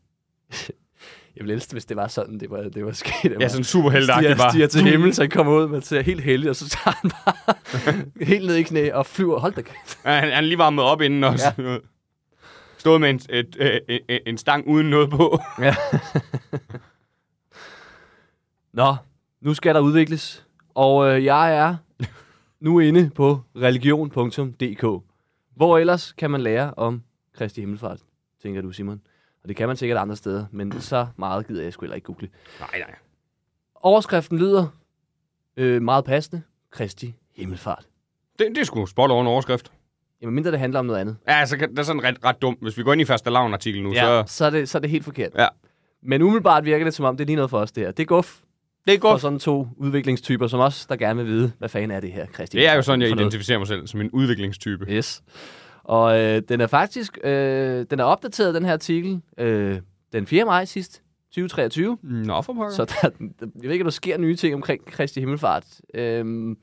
Speaker 3: Jeg ville elske, hvis det var sådan, det var, det var sket.
Speaker 4: Ja, sådan super heldagtigt
Speaker 3: stiger,
Speaker 4: bare.
Speaker 3: stiger til himmel, så han kommer ud, man ser helt heldig, og så tager han bare helt ned i knæ og flyver. Hold da kæft.
Speaker 4: Ja, han, han er lige varmet op inden og sådan noget. Stod med en, et, et, et, et, en stang uden noget på.
Speaker 3: Ja. Nå, nu skal der udvikles. Og øh, jeg er nu inde på religion.dk. Hvor ellers kan man lære om Kristi Himmelfart, tænker du, Simon. Og det kan man sikkert andre steder, men så meget gider jeg sgu heller ikke google.
Speaker 4: Nej, nej.
Speaker 3: Overskriften lyder øh, meget passende. Kristi Himmelfart.
Speaker 4: Det, det er sgu spot over en overskrift.
Speaker 3: Jamen mindre det handler om noget andet.
Speaker 4: Ja, så kan, det er sådan ret, ret dumt. Hvis vi går ind i faste lavn artikel nu, ja. så...
Speaker 3: Så, er det, så er det helt forkert.
Speaker 4: Ja.
Speaker 3: Men umiddelbart virker det som om, det er lige noget for os, det her. Det er guf
Speaker 4: Det er
Speaker 3: for
Speaker 4: godt.
Speaker 3: sådan to udviklingstyper som os, der gerne vil vide, hvad fanden er det her, Christian?
Speaker 4: Det er jo sådan, jeg
Speaker 3: For noget.
Speaker 4: identificerer mig selv som en udviklingstype.
Speaker 3: Yes. Og øh, den er faktisk, øh, den er opdateret, den her artikel, øh, den 4. maj sidst, 2023.
Speaker 4: Nå, for pokker.
Speaker 3: Så der, der, jeg ved ikke, om der sker nye ting omkring Kristi Himmelfart. Øhm, jeg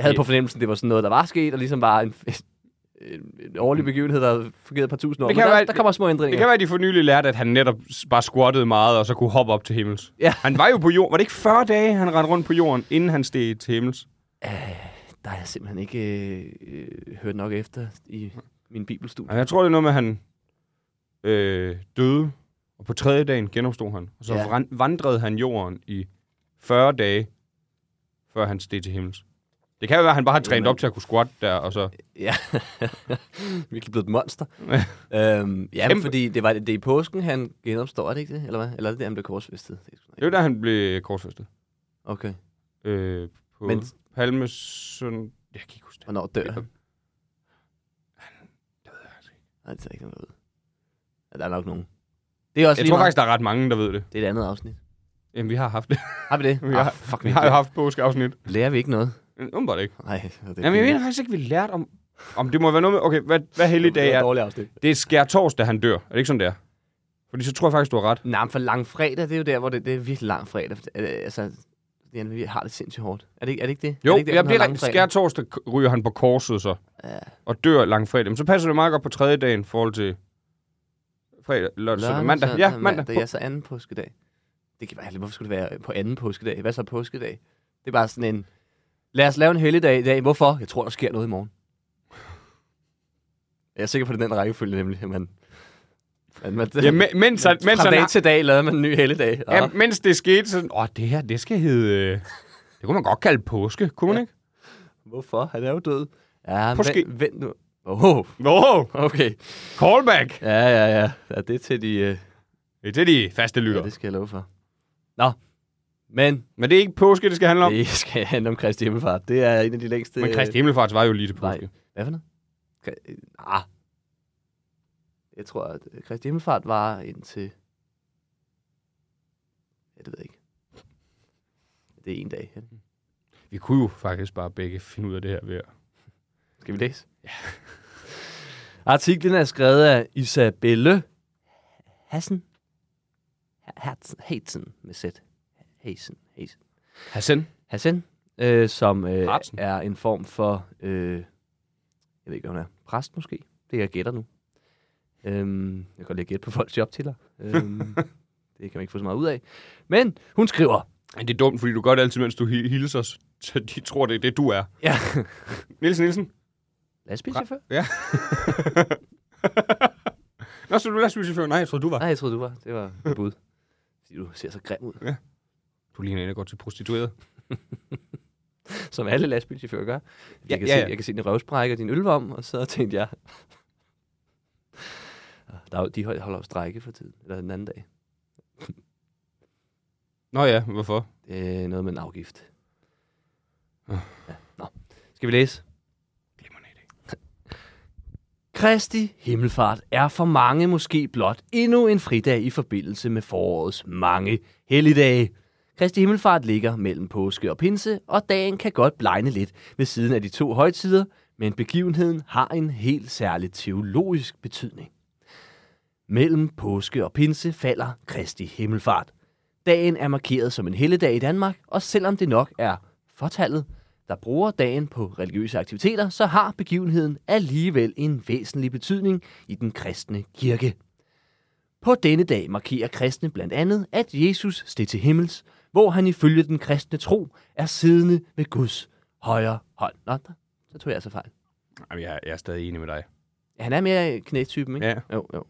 Speaker 3: havde
Speaker 4: Ja.
Speaker 3: på fornemmelsen, det var sådan noget, der var sket, og ligesom var en, en, en årlig begivenhed, der fungerede et par tusind år.
Speaker 4: Mm. Det
Speaker 3: Men
Speaker 4: kan
Speaker 3: der,
Speaker 4: være-
Speaker 3: der kommer små ændringer.
Speaker 4: Det kan være, at de for nylig lærte, at han netop s- bare squattede meget, og så kunne hoppe op til himmels.
Speaker 3: Ja.
Speaker 4: Han var jo på jorden. Var det ikke 40 dage, han rendte rundt på jorden, inden han steg til himmels?
Speaker 3: Der har jeg simpelthen ikke øh, øh, hørt nok efter i min bibelstudie.
Speaker 4: Og jeg tror, det er noget med, at han øh, døde, og på tredje dagen genopstod han. Og så
Speaker 3: Ja.
Speaker 4: ja. vandrede han jorden i 40 dage, før han steg til himmels. Det kan jo være, at han bare har trænet
Speaker 3: Jamen.
Speaker 4: op til at kunne squat der, og så...
Speaker 3: Ja, virkelig blevet et monster. øhm, ja, men
Speaker 4: Kæmpe.
Speaker 3: fordi det var det, det er i påsken, han genopstår, er det ikke det? Eller hvad? Eller er det, det han blev korsfæstet? Det er sgu
Speaker 4: Det var
Speaker 3: ikke.
Speaker 4: der, han blev korsfæstet.
Speaker 3: Okay.
Speaker 4: Øh, på Men...
Speaker 3: Men- Øh,
Speaker 4: Palmesøn... Jeg kan ikke huske det.
Speaker 3: Hvornår dør han?
Speaker 4: Det ved jeg altså ikke.
Speaker 3: Nej, det tager ikke noget ud. Ja, der er nok nogen. Det er også
Speaker 4: Jeg
Speaker 3: lige
Speaker 4: tror
Speaker 3: meget.
Speaker 4: faktisk, der er ret mange, der ved det.
Speaker 3: Det er et andet afsnit.
Speaker 4: Jamen, vi har haft det.
Speaker 3: Har vi det?
Speaker 4: Vi har,
Speaker 3: ah, fuck,
Speaker 4: vi har jo
Speaker 3: lærer,
Speaker 4: haft påskeafsnit.
Speaker 3: lærer vi ikke noget?
Speaker 4: Men Umiddelbart ikke.
Speaker 3: Nej, det er
Speaker 4: Jamen, jeg mener faktisk ikke, vi lærte om... Om det må være noget med... Okay, hvad, hvad heldig dag
Speaker 3: Det er et
Speaker 4: er?
Speaker 3: dårligt afsnit.
Speaker 4: Det er skær torsdag, han dør. Er det ikke sådan, det er? Fordi så tror jeg faktisk, du har ret.
Speaker 3: Nej, men for langfredag, det er jo der, hvor det, det er virkelig lang fredag. Er det- Altså, Jan, vi har det sindssygt hårdt. Er det, ikke- er det ikke det? er
Speaker 4: Jo,
Speaker 3: det ikke
Speaker 4: jeg bliver
Speaker 3: lang
Speaker 4: langt. Skær torsdag ryger han på korset så.
Speaker 3: Ja.
Speaker 4: Og dør langfredag. Men så passer det meget godt på tredje dagen i forhold til... Fredag, lørdag, søndag, mandag. Ja, mandag.
Speaker 3: Det er så anden påskedag. Det kan være, hvorfor skulle det være øh, på anden påskedag? Hvad så påskedag? Det er bare sådan en, lad os lave en helligdag i dag. Hvorfor? Jeg tror, der sker noget i morgen. Jeg er sikker på, det er den rækkefølge nemlig, men... men man,
Speaker 4: Ja, men, mens, han, mens,
Speaker 3: fra
Speaker 4: han,
Speaker 3: dag
Speaker 4: har-
Speaker 3: til dag lavede man en ny helligdag.
Speaker 4: ja,
Speaker 3: Ja.
Speaker 4: mens det skete, så... Åh, det her, det skal hedde... øh, Det kunne man godt kalde påske, kunne man ikke?
Speaker 3: Hvorfor? Han er jo død. Ja,
Speaker 4: Påske.
Speaker 3: men vent nu. Oh,
Speaker 4: Wow,
Speaker 3: okay.
Speaker 4: callback!
Speaker 3: Ja, ja, ja. ja det er til de... Øh,
Speaker 4: Det er til de faste
Speaker 3: ja,
Speaker 4: lytter.
Speaker 3: det skal jeg love for. Nå, men
Speaker 4: Men det er ikke påske, det skal handle om.
Speaker 3: det skal handle om Kristi Himmelfart. Det er en af de længste...
Speaker 4: Men Kristi Himmelfarts var jo lige til
Speaker 3: Nej.
Speaker 4: påske.
Speaker 3: Hvad for noget? Kri- øh, Ah. Jeg tror, at øh, Kristi Himmelfart var indtil... Ja, det ved jeg ikke. Det er en dag. er det ikke?
Speaker 4: Vi kunne jo faktisk bare begge finde ud af det her ved at...
Speaker 3: Skal vi læse? Ja. Artiklen er skrevet af Isabelle Hassen. Hassen med Z. Hassen. Hassen.
Speaker 4: Hassan?
Speaker 3: Hassan, øh, som øh,
Speaker 4: Hartsen.
Speaker 3: er en form for, øh, jeg ved ikke, hvad hun er, præst måske? Det jeg gætter nu. Øhm, jeg kan godt lide at gætte på folks jobtitler. Øhm, det kan man ikke få så meget ud af. Men hun skriver,
Speaker 4: Men det er dumt, fordi du gør det altid, mens du hi- hilser, så de tror, det er det, du er.
Speaker 3: ja,
Speaker 4: Nielsen Nielsen?
Speaker 3: lastbilchauffør?
Speaker 4: Ja. Nå, så du er lastbilchauffør? Nej, jeg troede, du var.
Speaker 3: Nej, jeg troede, du var. Det var et bud. Fordi du ser så grim ud.
Speaker 4: Du ligner en, der går til prostitueret.
Speaker 3: som alle lastbilchauffører gør. Jeg,
Speaker 4: Ja,
Speaker 3: kan
Speaker 4: ja,
Speaker 3: se,
Speaker 4: ja.
Speaker 3: jeg kan se din røvsprække og din ølvom, og så tænkte jeg... Ah, Der er, jo- de hold- holder jo strække for tiden, eller den anden dag.
Speaker 4: Nå ja, hvorfor?
Speaker 3: Det er Øh, noget med en afgift.
Speaker 4: Ah.
Speaker 3: Ja, nå. Skal vi læse?
Speaker 4: Glimrende idé.
Speaker 3: Kristi Himmelfart er for mange måske blot endnu en fridag i forbindelse med forårets mange helligdage. Kristi Himmelfart ligger mellem påske og pinse, og dagen kan godt blegne lidt ved siden af de to højtider, men begivenheden har en helt særlig teologisk betydning. Mellem påske og pinse falder Kristi Himmelfart. Dagen er markeret som en helligdag i Danmark, og selvom det nok er fortallet, der bruger dagen på religiøse aktiviteter, så har begivenheden alligevel en væsentlig betydning i den kristne kirke. På denne dag markerer kristne blandt andet, at Jesus steg til himmels, hvor han ifølge den kristne tro er siddende ved Guds højre hånd. Nå, der, så tog jeg altså fejl.
Speaker 4: Jamen, jeg, jeg er stadig enig med dig.
Speaker 3: Han er mere knætypen, ikke?
Speaker 4: Ja.
Speaker 3: Jo, jo.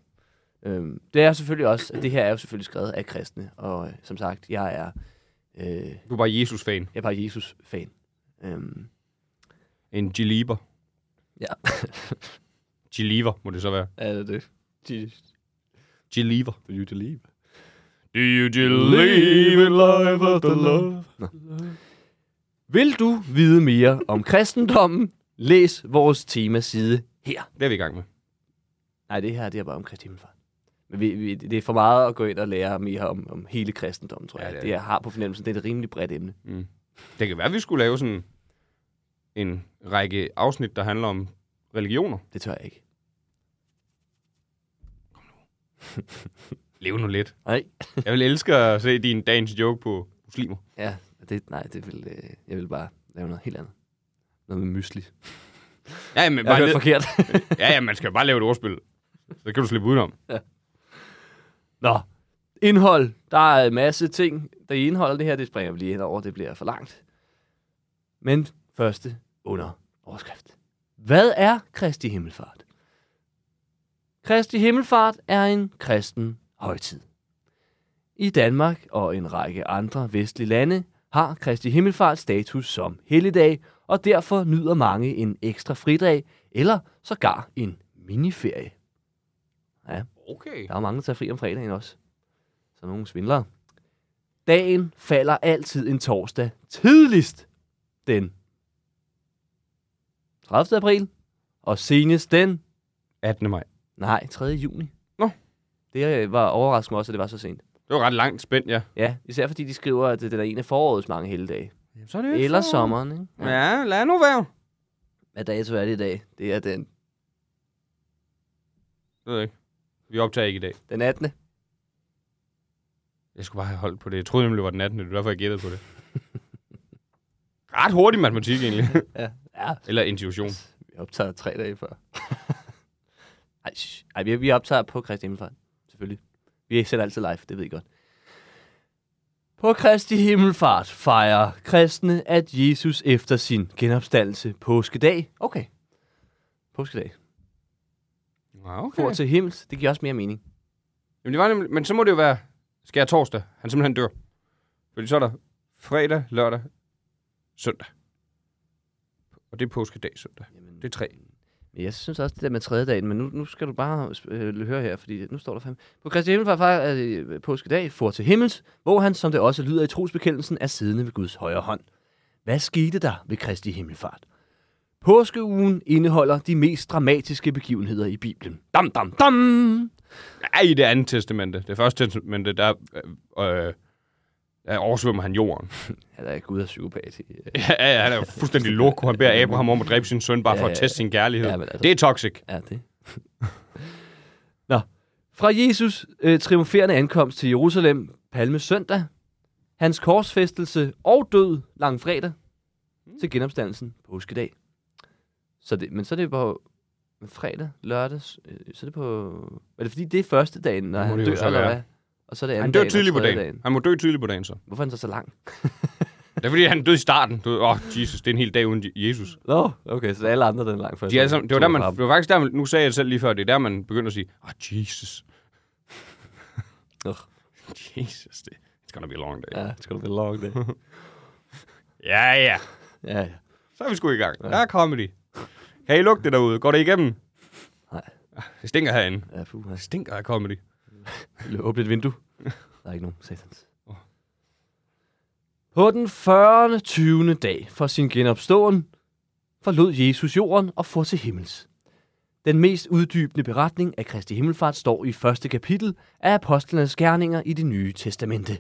Speaker 3: Øhm, det er selvfølgelig også, det her er jo selvfølgelig skrevet af kristne, og øh, som sagt, jeg er, øh,
Speaker 4: Du er bare Jesus-fan.
Speaker 3: jeg er bare Jesus-fan. Øhm,
Speaker 4: En Geliber.
Speaker 3: ja,
Speaker 4: Geliver, må det så være.
Speaker 3: er det det? De,
Speaker 4: Geliver.
Speaker 3: for you to leave.
Speaker 4: Do you believe in life after love?
Speaker 3: Vil du vide mere om kristendommen? Læs vores temaside her.
Speaker 4: Det er vi i gang med.
Speaker 3: Nej, det her det er bare om Kristi Himmelfart. Men vi, vi, det er for meget at gå ind og lære mere om, om hele kristendommen, tror
Speaker 4: Ja,
Speaker 3: jeg. Ja,
Speaker 4: det
Speaker 3: det
Speaker 4: er
Speaker 3: er. Det, jeg har på fornemmelsen, det er et rimelig bredt emne.
Speaker 4: Mm. Det kan være, at vi skulle lave sådan en række afsnit, der handler om religioner.
Speaker 3: Det tør jeg ikke.
Speaker 4: Lev nu lidt.
Speaker 3: Nej.
Speaker 4: Jeg vil elske at se din dagens joke på muslimer.
Speaker 3: Ja, det, nej, det vil, øh, jeg vil bare lave noget helt andet. Noget med mysli.
Speaker 4: Ja, men
Speaker 3: Jeg har
Speaker 4: bare
Speaker 3: hørt
Speaker 4: lidt.
Speaker 3: forkert.
Speaker 4: ja, ja, man skal jo bare lave et ordspil. Så kan du slippe udenom.
Speaker 3: Nå, indhold. Der er en masse ting, der i indholdet det her. Det springer vi lige hen over, det bliver for langt. Men første under overskrift. Hvad er Kristi Himmelfart? Kristi Himmelfart er en kristen højtid. I Danmark og en række andre vestlige lande har Kristi Himmelfart status som helligdag, og derfor nyder mange en ekstra fridag, eller sågar en miniferie.
Speaker 4: Okay.
Speaker 3: Der er mange, der tager fri om fredagen også. Så nogle svindlere. Dagen falder altid en torsdag tidligst den 30. april og senest den,
Speaker 4: 18. maj.
Speaker 3: nej, 3. juni.
Speaker 4: Nå.
Speaker 3: Det øh, var overraskende også, at det var så sent.
Speaker 4: Det var ret langt spændt, ja.
Speaker 3: Ja, især fordi de skriver, at det er en af forårets mange helligdage.
Speaker 4: Jamen, så er det
Speaker 3: Eller sommeren, ikke?
Speaker 4: Ja, lad nu være.
Speaker 3: Hvad dato er det i dag? Det er den,
Speaker 4: Det ved jeg ikke. Vi optager ikke i dag.
Speaker 3: den 18.
Speaker 4: Jeg skulle bare have holdt på det. Jeg troede nemlig, det var den 18. Det var derfor, jeg gættede på det. Ret hurtig matematik, egentlig.
Speaker 3: Ja. ja.
Speaker 4: Eller intuition.
Speaker 3: Vi optager tre dage før. Ej, shh. Ej vi, vi optager på Kristi Himmelfart, selvfølgelig. Vi sender altid live, det ved I godt. På Kristi Himmelfart fejrer kristne, at Jesus efter sin genopstandelse påskedag. Okay. Påskedag.
Speaker 4: Ja, okay.
Speaker 3: For til himmels, det giver også mere mening.
Speaker 4: Jamen, det var nemlig, men så må det jo være skær torsdag. Han simpelthen dør. Fordi så er der fredag, lørdag, søndag. Og det er påskedag søndag.
Speaker 3: Jamen,
Speaker 4: Det er tre.
Speaker 3: Men jeg synes også, det der med tredje dagen, men nu, nu skal du bare øh, høre her, fordi nu står der fandme. På Kristi Himmelfart fejrer øh, påskedag for til himmels, hvor han, som det også lyder i trosbekendelsen, er siddende ved Guds højre hånd. Hvad skete der ved Kristi Himmelfart? Påskeugen indeholder de mest dramatiske begivenheder i Bibelen. Dam, dam, dam!
Speaker 4: Ej, det andet testamente. Det første testamente, der, øh, øh, der oversvømmer han jorden.
Speaker 3: Ja, der er Gud af psykopat. i, øh,
Speaker 4: ja, ja, han er jo fuldstændig loko. Han beder Abraham om at dræbe sin søn, bare for
Speaker 3: Ja,
Speaker 4: at
Speaker 3: ja,
Speaker 4: teste sin kærlighed.
Speaker 3: ja, men altså-
Speaker 4: Det er toxic.
Speaker 3: er det. Nå, fra Jesus øh, triumferende ankomst til Jerusalem palme søndag, hans korsfæstelse og død langfredag
Speaker 4: Hmm.
Speaker 3: til genopstandelsen påskedag. Så det, men så er det på fredag, lørdag, s- øh, så er det på... Er det fordi, det er første dagen, når
Speaker 4: Det må
Speaker 3: han
Speaker 4: det jo
Speaker 3: dør,
Speaker 4: så
Speaker 3: eller
Speaker 4: være.
Speaker 3: hvad? Og så er det anden
Speaker 4: Han dør
Speaker 3: dagen og
Speaker 4: tidligt på
Speaker 3: tredje
Speaker 4: dagen. Han må dø tidligt på dagen, så.
Speaker 3: Hvorfor er den så så lang?
Speaker 4: Det er, fordi han døde i starten. Du ved, Åh, oh, Jesus, det er en hel dag uden Jesus.
Speaker 3: Nå, okay, så alle andre den er lang først.
Speaker 4: De er alle sammen, det, var der, man, det var faktisk der, man, nu sagde jeg det selv lige før, det er der, man begynder at sige, ah, oh, Jesus.
Speaker 3: Ugh.
Speaker 4: Jesus, det, it's gonna be a long day.
Speaker 3: Ja, it's gonna be a long day.
Speaker 4: Ja, ja.
Speaker 3: Ja, ja.
Speaker 4: Så er vi sgu i gang. Der er comedy. Kan I lugte det derude? Går det igennem?
Speaker 3: Nej.
Speaker 4: Ah, Det stinker herinde.
Speaker 3: ja puh,
Speaker 4: Det stinker af comedy.
Speaker 3: Lå- Åbne et vindue. Der er ikke nogen, satans. På den 40. 20. dag for sin genopståen forlod Jesus jorden og for til himmels. Den mest uddybende beretning af Kristi Himmelfart står i første kapitel af Apostlenes Gerninger i det Nye Testamente.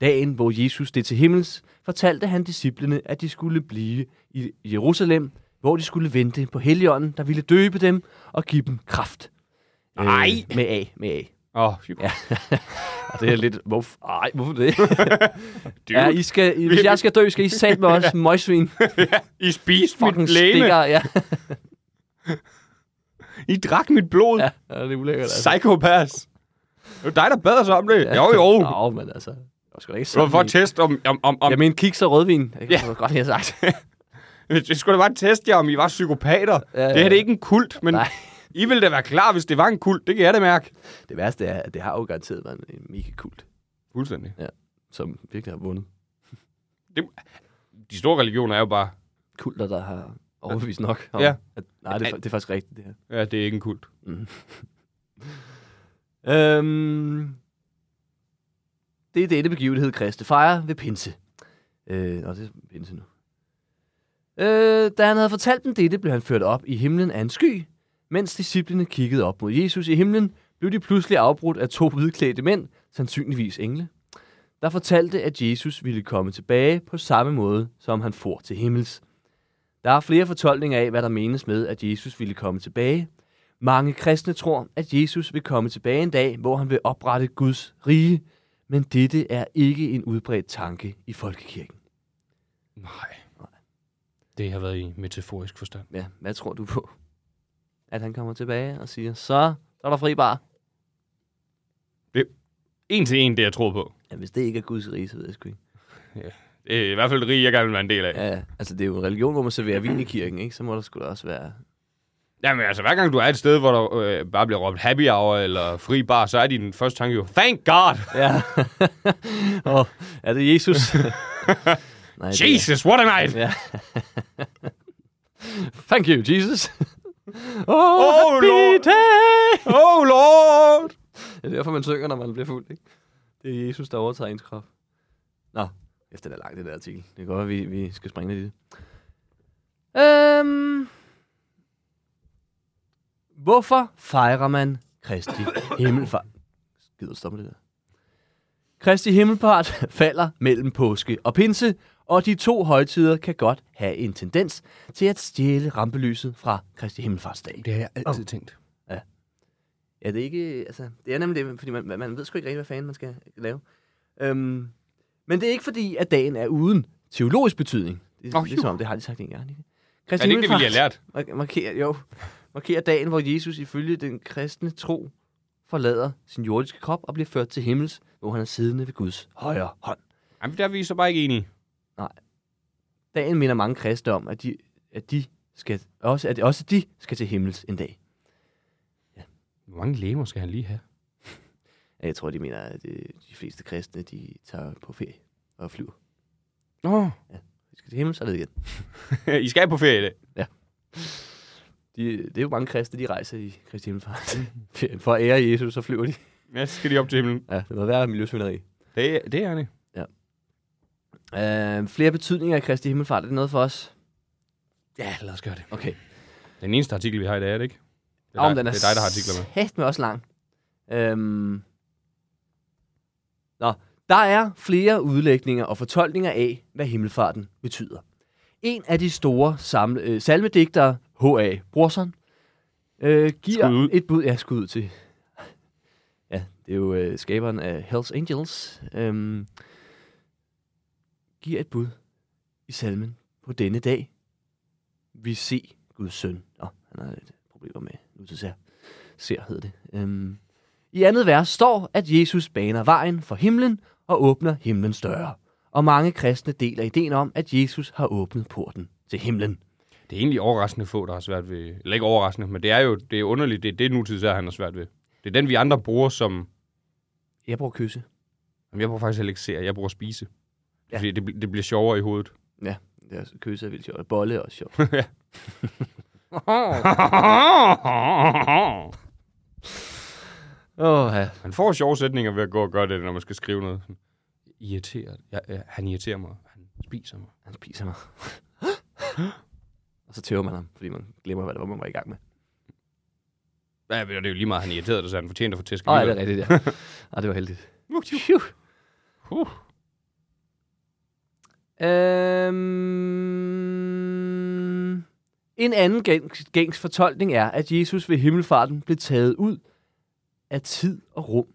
Speaker 3: Dagen, hvor Jesus det til himmels, fortalte han disciplene, at de skulle blive i Jerusalem, hvor de skulle vente på Helligånden, der ville døbe dem og give dem kraft.
Speaker 4: Ej!
Speaker 3: Øh, med A, med A.
Speaker 4: Åh, oh, ja.
Speaker 3: Og det er lidt... Hvorf, ej, hvorfor det?
Speaker 4: dude,
Speaker 3: ja,
Speaker 4: ja, I,
Speaker 3: I skal, I, hvis jeg skal dø, skal I sat med os møgsvin.
Speaker 4: I spiste
Speaker 3: Fucking
Speaker 4: mit læme.
Speaker 3: stikker. Ja,
Speaker 4: I drak mit blod.
Speaker 3: ja
Speaker 4: Ja,
Speaker 3: ja, det er ulækkert. Altså.
Speaker 4: Psychopass. Det var dig, der bad os om det. Ja. Jo, jo.
Speaker 3: Nå, men altså... Jeg var sgu da ikke
Speaker 4: Det var
Speaker 3: sådan.
Speaker 4: for at teste om... om, om, om
Speaker 3: Jeg mener kiks og rødvin. Det kan jeg godt lige have sagt.
Speaker 4: Det skulle da bare teste jer, om I var psykopater. Ja,
Speaker 3: ja,
Speaker 4: ja. Det her det
Speaker 3: ja.
Speaker 4: er ikke en kult, men
Speaker 3: Nej.
Speaker 4: I ville da være klar, hvis det var en kult. Det kan jeg da mærke.
Speaker 3: Det værste er, at det har jo garanteret været en mega kult,
Speaker 4: Fuldstændig.
Speaker 3: som virkelig har vundet.
Speaker 4: De store religioner er jo bare,
Speaker 3: Kulter, der har overbevist nok. Om,
Speaker 4: Ja.
Speaker 3: At, nej, det er, fa- det er faktisk rigtigt, det her.
Speaker 4: ja, det er ikke en kult.
Speaker 3: Øhm, det er denne begivenhed, Kriste fejrer ved Pinse. Øh, nå, det er Pinse nu. Øh, da han havde fortalt dem dette, blev han ført op i himlen af en sky. Mens disciplene kiggede op mod Jesus i himlen, blev de pludselig afbrudt af to hvidklædte mænd, sandsynligvis engle, der fortalte, at Jesus ville komme tilbage på samme måde, som han for til himmels. Der er flere fortolkninger af, hvad der menes med, at Jesus ville komme tilbage, mange kristne tror, at Jesus vil komme tilbage en dag, hvor han vil oprette Guds rige, men dette er ikke en udbredt tanke i folkekirken.
Speaker 4: Nej. Det har været i metaforisk forstand.
Speaker 3: Ja, hvad tror du på? At han kommer tilbage og siger, så, så er der fri bar.
Speaker 4: En til en, det jeg tror på.
Speaker 3: Ja, hvis det ikke er Guds rige, så ved jeg sgu ikke.
Speaker 4: Det er I hvert fald et rige, jeg gerne vil være en del af. Ja.
Speaker 3: Ja, ja. altså det er jo en religion, hvor man serverer vin i kirken, ikke? Så må der sgu da også være...
Speaker 4: Jamen altså, hver gang du er et sted, hvor der øh, bare bliver råbt happy hour eller fri bar, så er din første tanke jo, thank God,
Speaker 3: Ja. og er det Jesus? Nej, det er-
Speaker 4: Jesus, what a night.
Speaker 3: Ja. Thank you, Jesus. oh,
Speaker 4: Oh,
Speaker 3: happy
Speaker 4: Lord.
Speaker 3: day!
Speaker 4: Oh lord.
Speaker 3: Det er derfor, man synger, når man bliver fuld, ikke? Det er Jesus, der overtager ens krop. Nå, efter det er langt, det der artikel. Det kan godt, at vi, vi skal springe lidt i det. Øhm, hvorfor fejrer man Kristi himmelfart? Gider du stoppe det der? Kristi himmelfart falder mellem påske og pinse, og de to højtider kan godt have en tendens til at stjæle rampelyset fra Kristi himmelfartsdag.
Speaker 4: Det har jeg altid oh. tænkt.
Speaker 3: Ja, det er ikke... Altså, det er nemlig det, fordi man, man- man ved sgu ikke rigtig, hvad fanden man skal lave. Øhm, men det er ikke fordi, at dagen er uden teologisk betydning. Det er
Speaker 4: Nå,
Speaker 3: oh,
Speaker 4: jo.
Speaker 3: ligesom om, det har de sagt en gang. Ikke?
Speaker 4: Er det ikke det, vi lige har lært?
Speaker 3: Mark- markerer, jo, markerer dagen, hvor Jesus ifølge den kristne tro forlader sin jordiske krop og bliver ført til himmels, hvor han er siddende ved Guds højre hånd.
Speaker 4: Jamen, der er vi så bare ikke enige.
Speaker 3: Dagen minder mange kristne om, at de, at de skal, også, at også de skal til himmels en dag.
Speaker 4: Hvor mange lemmer skal han lige have?
Speaker 3: Ja, Jeg tror, de mener, at øh, de fleste kristne, de tager på ferie og flyver.
Speaker 4: Nå.
Speaker 3: Vi skal til himmel, så er det igen.
Speaker 4: I skal på ferie i dag.
Speaker 3: De, det er jo mange kristne, de rejser i Kristi Himmelfart. For at ære Jesus, så flyver de.
Speaker 4: Ja, så skal de op til himlen.
Speaker 3: Ja, det må være miljøsvineri.
Speaker 4: Det, er- det er det.
Speaker 3: Øh, flere betydninger af Kristi Himmelfart, er det noget for os?
Speaker 4: Ja, lad os gøre det.
Speaker 3: Okay.
Speaker 4: Den eneste artikel, vi har i dag, er det ikke? Det er,
Speaker 3: Om
Speaker 4: dig,
Speaker 3: den
Speaker 4: det er dig, der har artikler med.
Speaker 3: Hæft med også lang. Øhm. Nå, der er flere udlægninger og fortolkninger af, hvad himmelfarten betyder. En af de store samle, øh, salmedigtere, H.A. Brorson, øh, giver
Speaker 4: Skud ud.
Speaker 3: et bud. Ja, skud ud til. Ja, det er jo øh, skaberen af Hells Angels. Øhm, giver et bud i salmen på denne dag. Vi se Guds søn. Nå, han har lidt problemer med nutidsær. Ser hed det. Øhm. I andet vers står, at Jesus baner vejen for himlen og åbner himlens døre. Og mange kristne deler ideen om, at Jesus har åbnet porten til himlen.
Speaker 4: Det er egentlig overraskende få, der har svært ved... Eller ikke overraskende, men det er jo det er underligt. Det er det nutidsær, han har svært ved. Det er den, vi andre bruger som...
Speaker 3: Jeg bruger kysse.
Speaker 4: Jamen, jeg bruger faktisk heller ikke ser, jeg bruger spise.
Speaker 3: Ja.
Speaker 4: Ja. Fordi det, bl- det bliver sjovere i hovedet.
Speaker 3: Ja, Den der kysse er vildt sjovt. Bolle er også sjovt. Åh, ja.
Speaker 4: Man får sjove sætninger ved at gå og gøre det, når man skal skrive noget. Sådan, Irriteret. Ja, ja, han irriterer mig. Han spiser mig.
Speaker 3: Han spiser mig. og så tøver man ham, fordi man glemmer, hvad det var, man var i gang med.
Speaker 4: Ja, men det er jo lige meget, han irriterer dig, så han fortjener at få tæsk.
Speaker 3: Åh, oh, ja, det er rigtigt, ja. Og det var heldigt. Phew.
Speaker 4: Huh.
Speaker 3: Øhm... En anden gængs, gængs fortolkning er, at Jesus ved himmelfarten blev taget ud af tid og rum,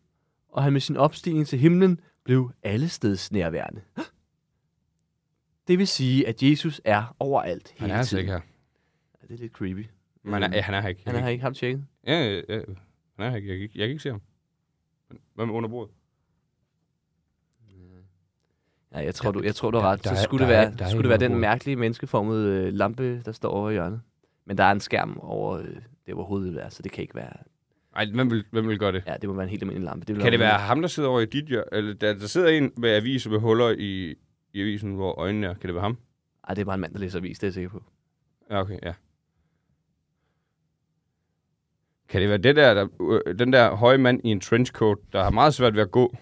Speaker 3: og han med sin opstigning til himlen blev allesteds nærværende. Det vil sige, at Jesus er overalt
Speaker 4: Han
Speaker 3: hele
Speaker 4: er altså
Speaker 3: tiden.
Speaker 4: ikke her.
Speaker 3: Ja, det er lidt creepy.
Speaker 4: Men han er, ja, han er her ikke.
Speaker 3: Han har ikke ham tjekket.
Speaker 4: Ja, ja, ja, han er her ikke. Jeg kan ikke, jeg kan ikke se ham. Men Hvad med under bordet?
Speaker 3: Ja, jeg tror, du, jeg tror, du har
Speaker 4: Der-
Speaker 3: ret.
Speaker 4: der
Speaker 3: Så
Speaker 4: er-
Speaker 3: skulle det
Speaker 4: der er-
Speaker 3: være,
Speaker 4: der er
Speaker 3: skulle
Speaker 4: ikke
Speaker 3: det være
Speaker 4: noget
Speaker 3: den
Speaker 4: rod.
Speaker 3: mærkelige menneskeformede øh, lampe, der står over i hjørnet. Men der er en skærm over øh, det, hvor hovedet er, så det kan ikke være...
Speaker 4: Ej, hvem vil, hvem vil gøre det?
Speaker 3: Ja, det må være en helt almindelig lampe. vil
Speaker 4: Kan det
Speaker 3: nok-
Speaker 4: være ham, der sidder over i dit hjør? Eller der, der sidder en med aviser med huller i, i avisen, hvor øjnene er. Kan det være ham?
Speaker 3: Ej, det er bare en mand, der læser avis, det er jeg sikker på.
Speaker 4: Ja, okay, ja. Kan det være det der, der øh, den der høje mand i en trenchcoat, der har meget svært ved at gå?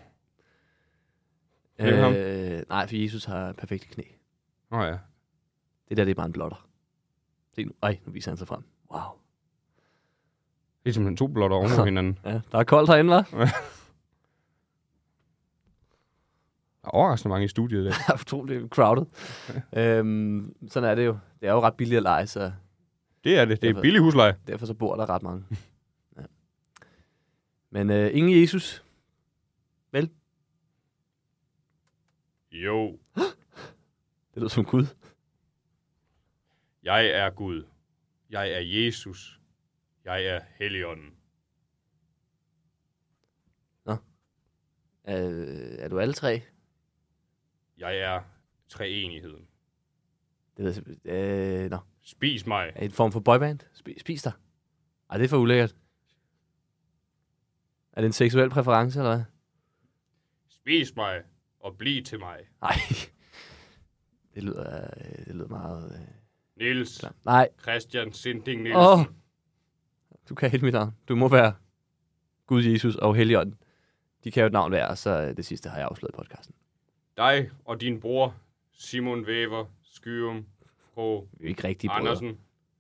Speaker 4: Er det ham?
Speaker 3: Øh, nej, for Jesus har perfekte knæ.
Speaker 4: Nå oh, ja.
Speaker 3: Det der, det er bare en blotter. Se nu. Ej, nu viser han sig frem. Wow.
Speaker 4: Det er simpelthen to blotter oven på hinanden.
Speaker 3: Ja, der er koldt herinde, hva'?
Speaker 4: Der er overraskende mange i studiet i dag.
Speaker 3: Der er utroligt crowded. øhm, sådan er det jo. Det er jo ret billigt at lege, så
Speaker 4: Det er det. Det er
Speaker 3: Derfor-
Speaker 4: billig husleje.
Speaker 3: derfor så bor der ret mange. Ja. Men øh, ingen Jesus.
Speaker 4: Jo,
Speaker 3: Det lyder som Gud.
Speaker 4: jeg er Gud. Jeg er Jesus. Jeg er Helligånden.
Speaker 3: Øh, er du alle tre?
Speaker 4: Jeg er treenigheden.
Speaker 3: Det ved jeg simpelthen. Øh, nå.
Speaker 4: Spis mig.
Speaker 3: Er det en form for boyband? Spis, spis dig. Ej, det er for ulækkert. Er det en seksuel præference, eller hvad?
Speaker 4: Spis mig og bliv til mig.
Speaker 3: Nej. Det lyder, øh, det lyder meget... Øh,
Speaker 4: Nils
Speaker 3: klamt. Nej.
Speaker 4: Christian Sinding
Speaker 3: Åh. Du kan hele mit navn. Du må være Gud, Jesus og Helligånden. De kan jo et navn være, og så øh, det sidste har jeg afsløret i podcasten.
Speaker 4: Dig og din bror, Simon Væver, Skyum, K.
Speaker 3: Vi er jo ikke rigtige brødre.
Speaker 4: Andersen,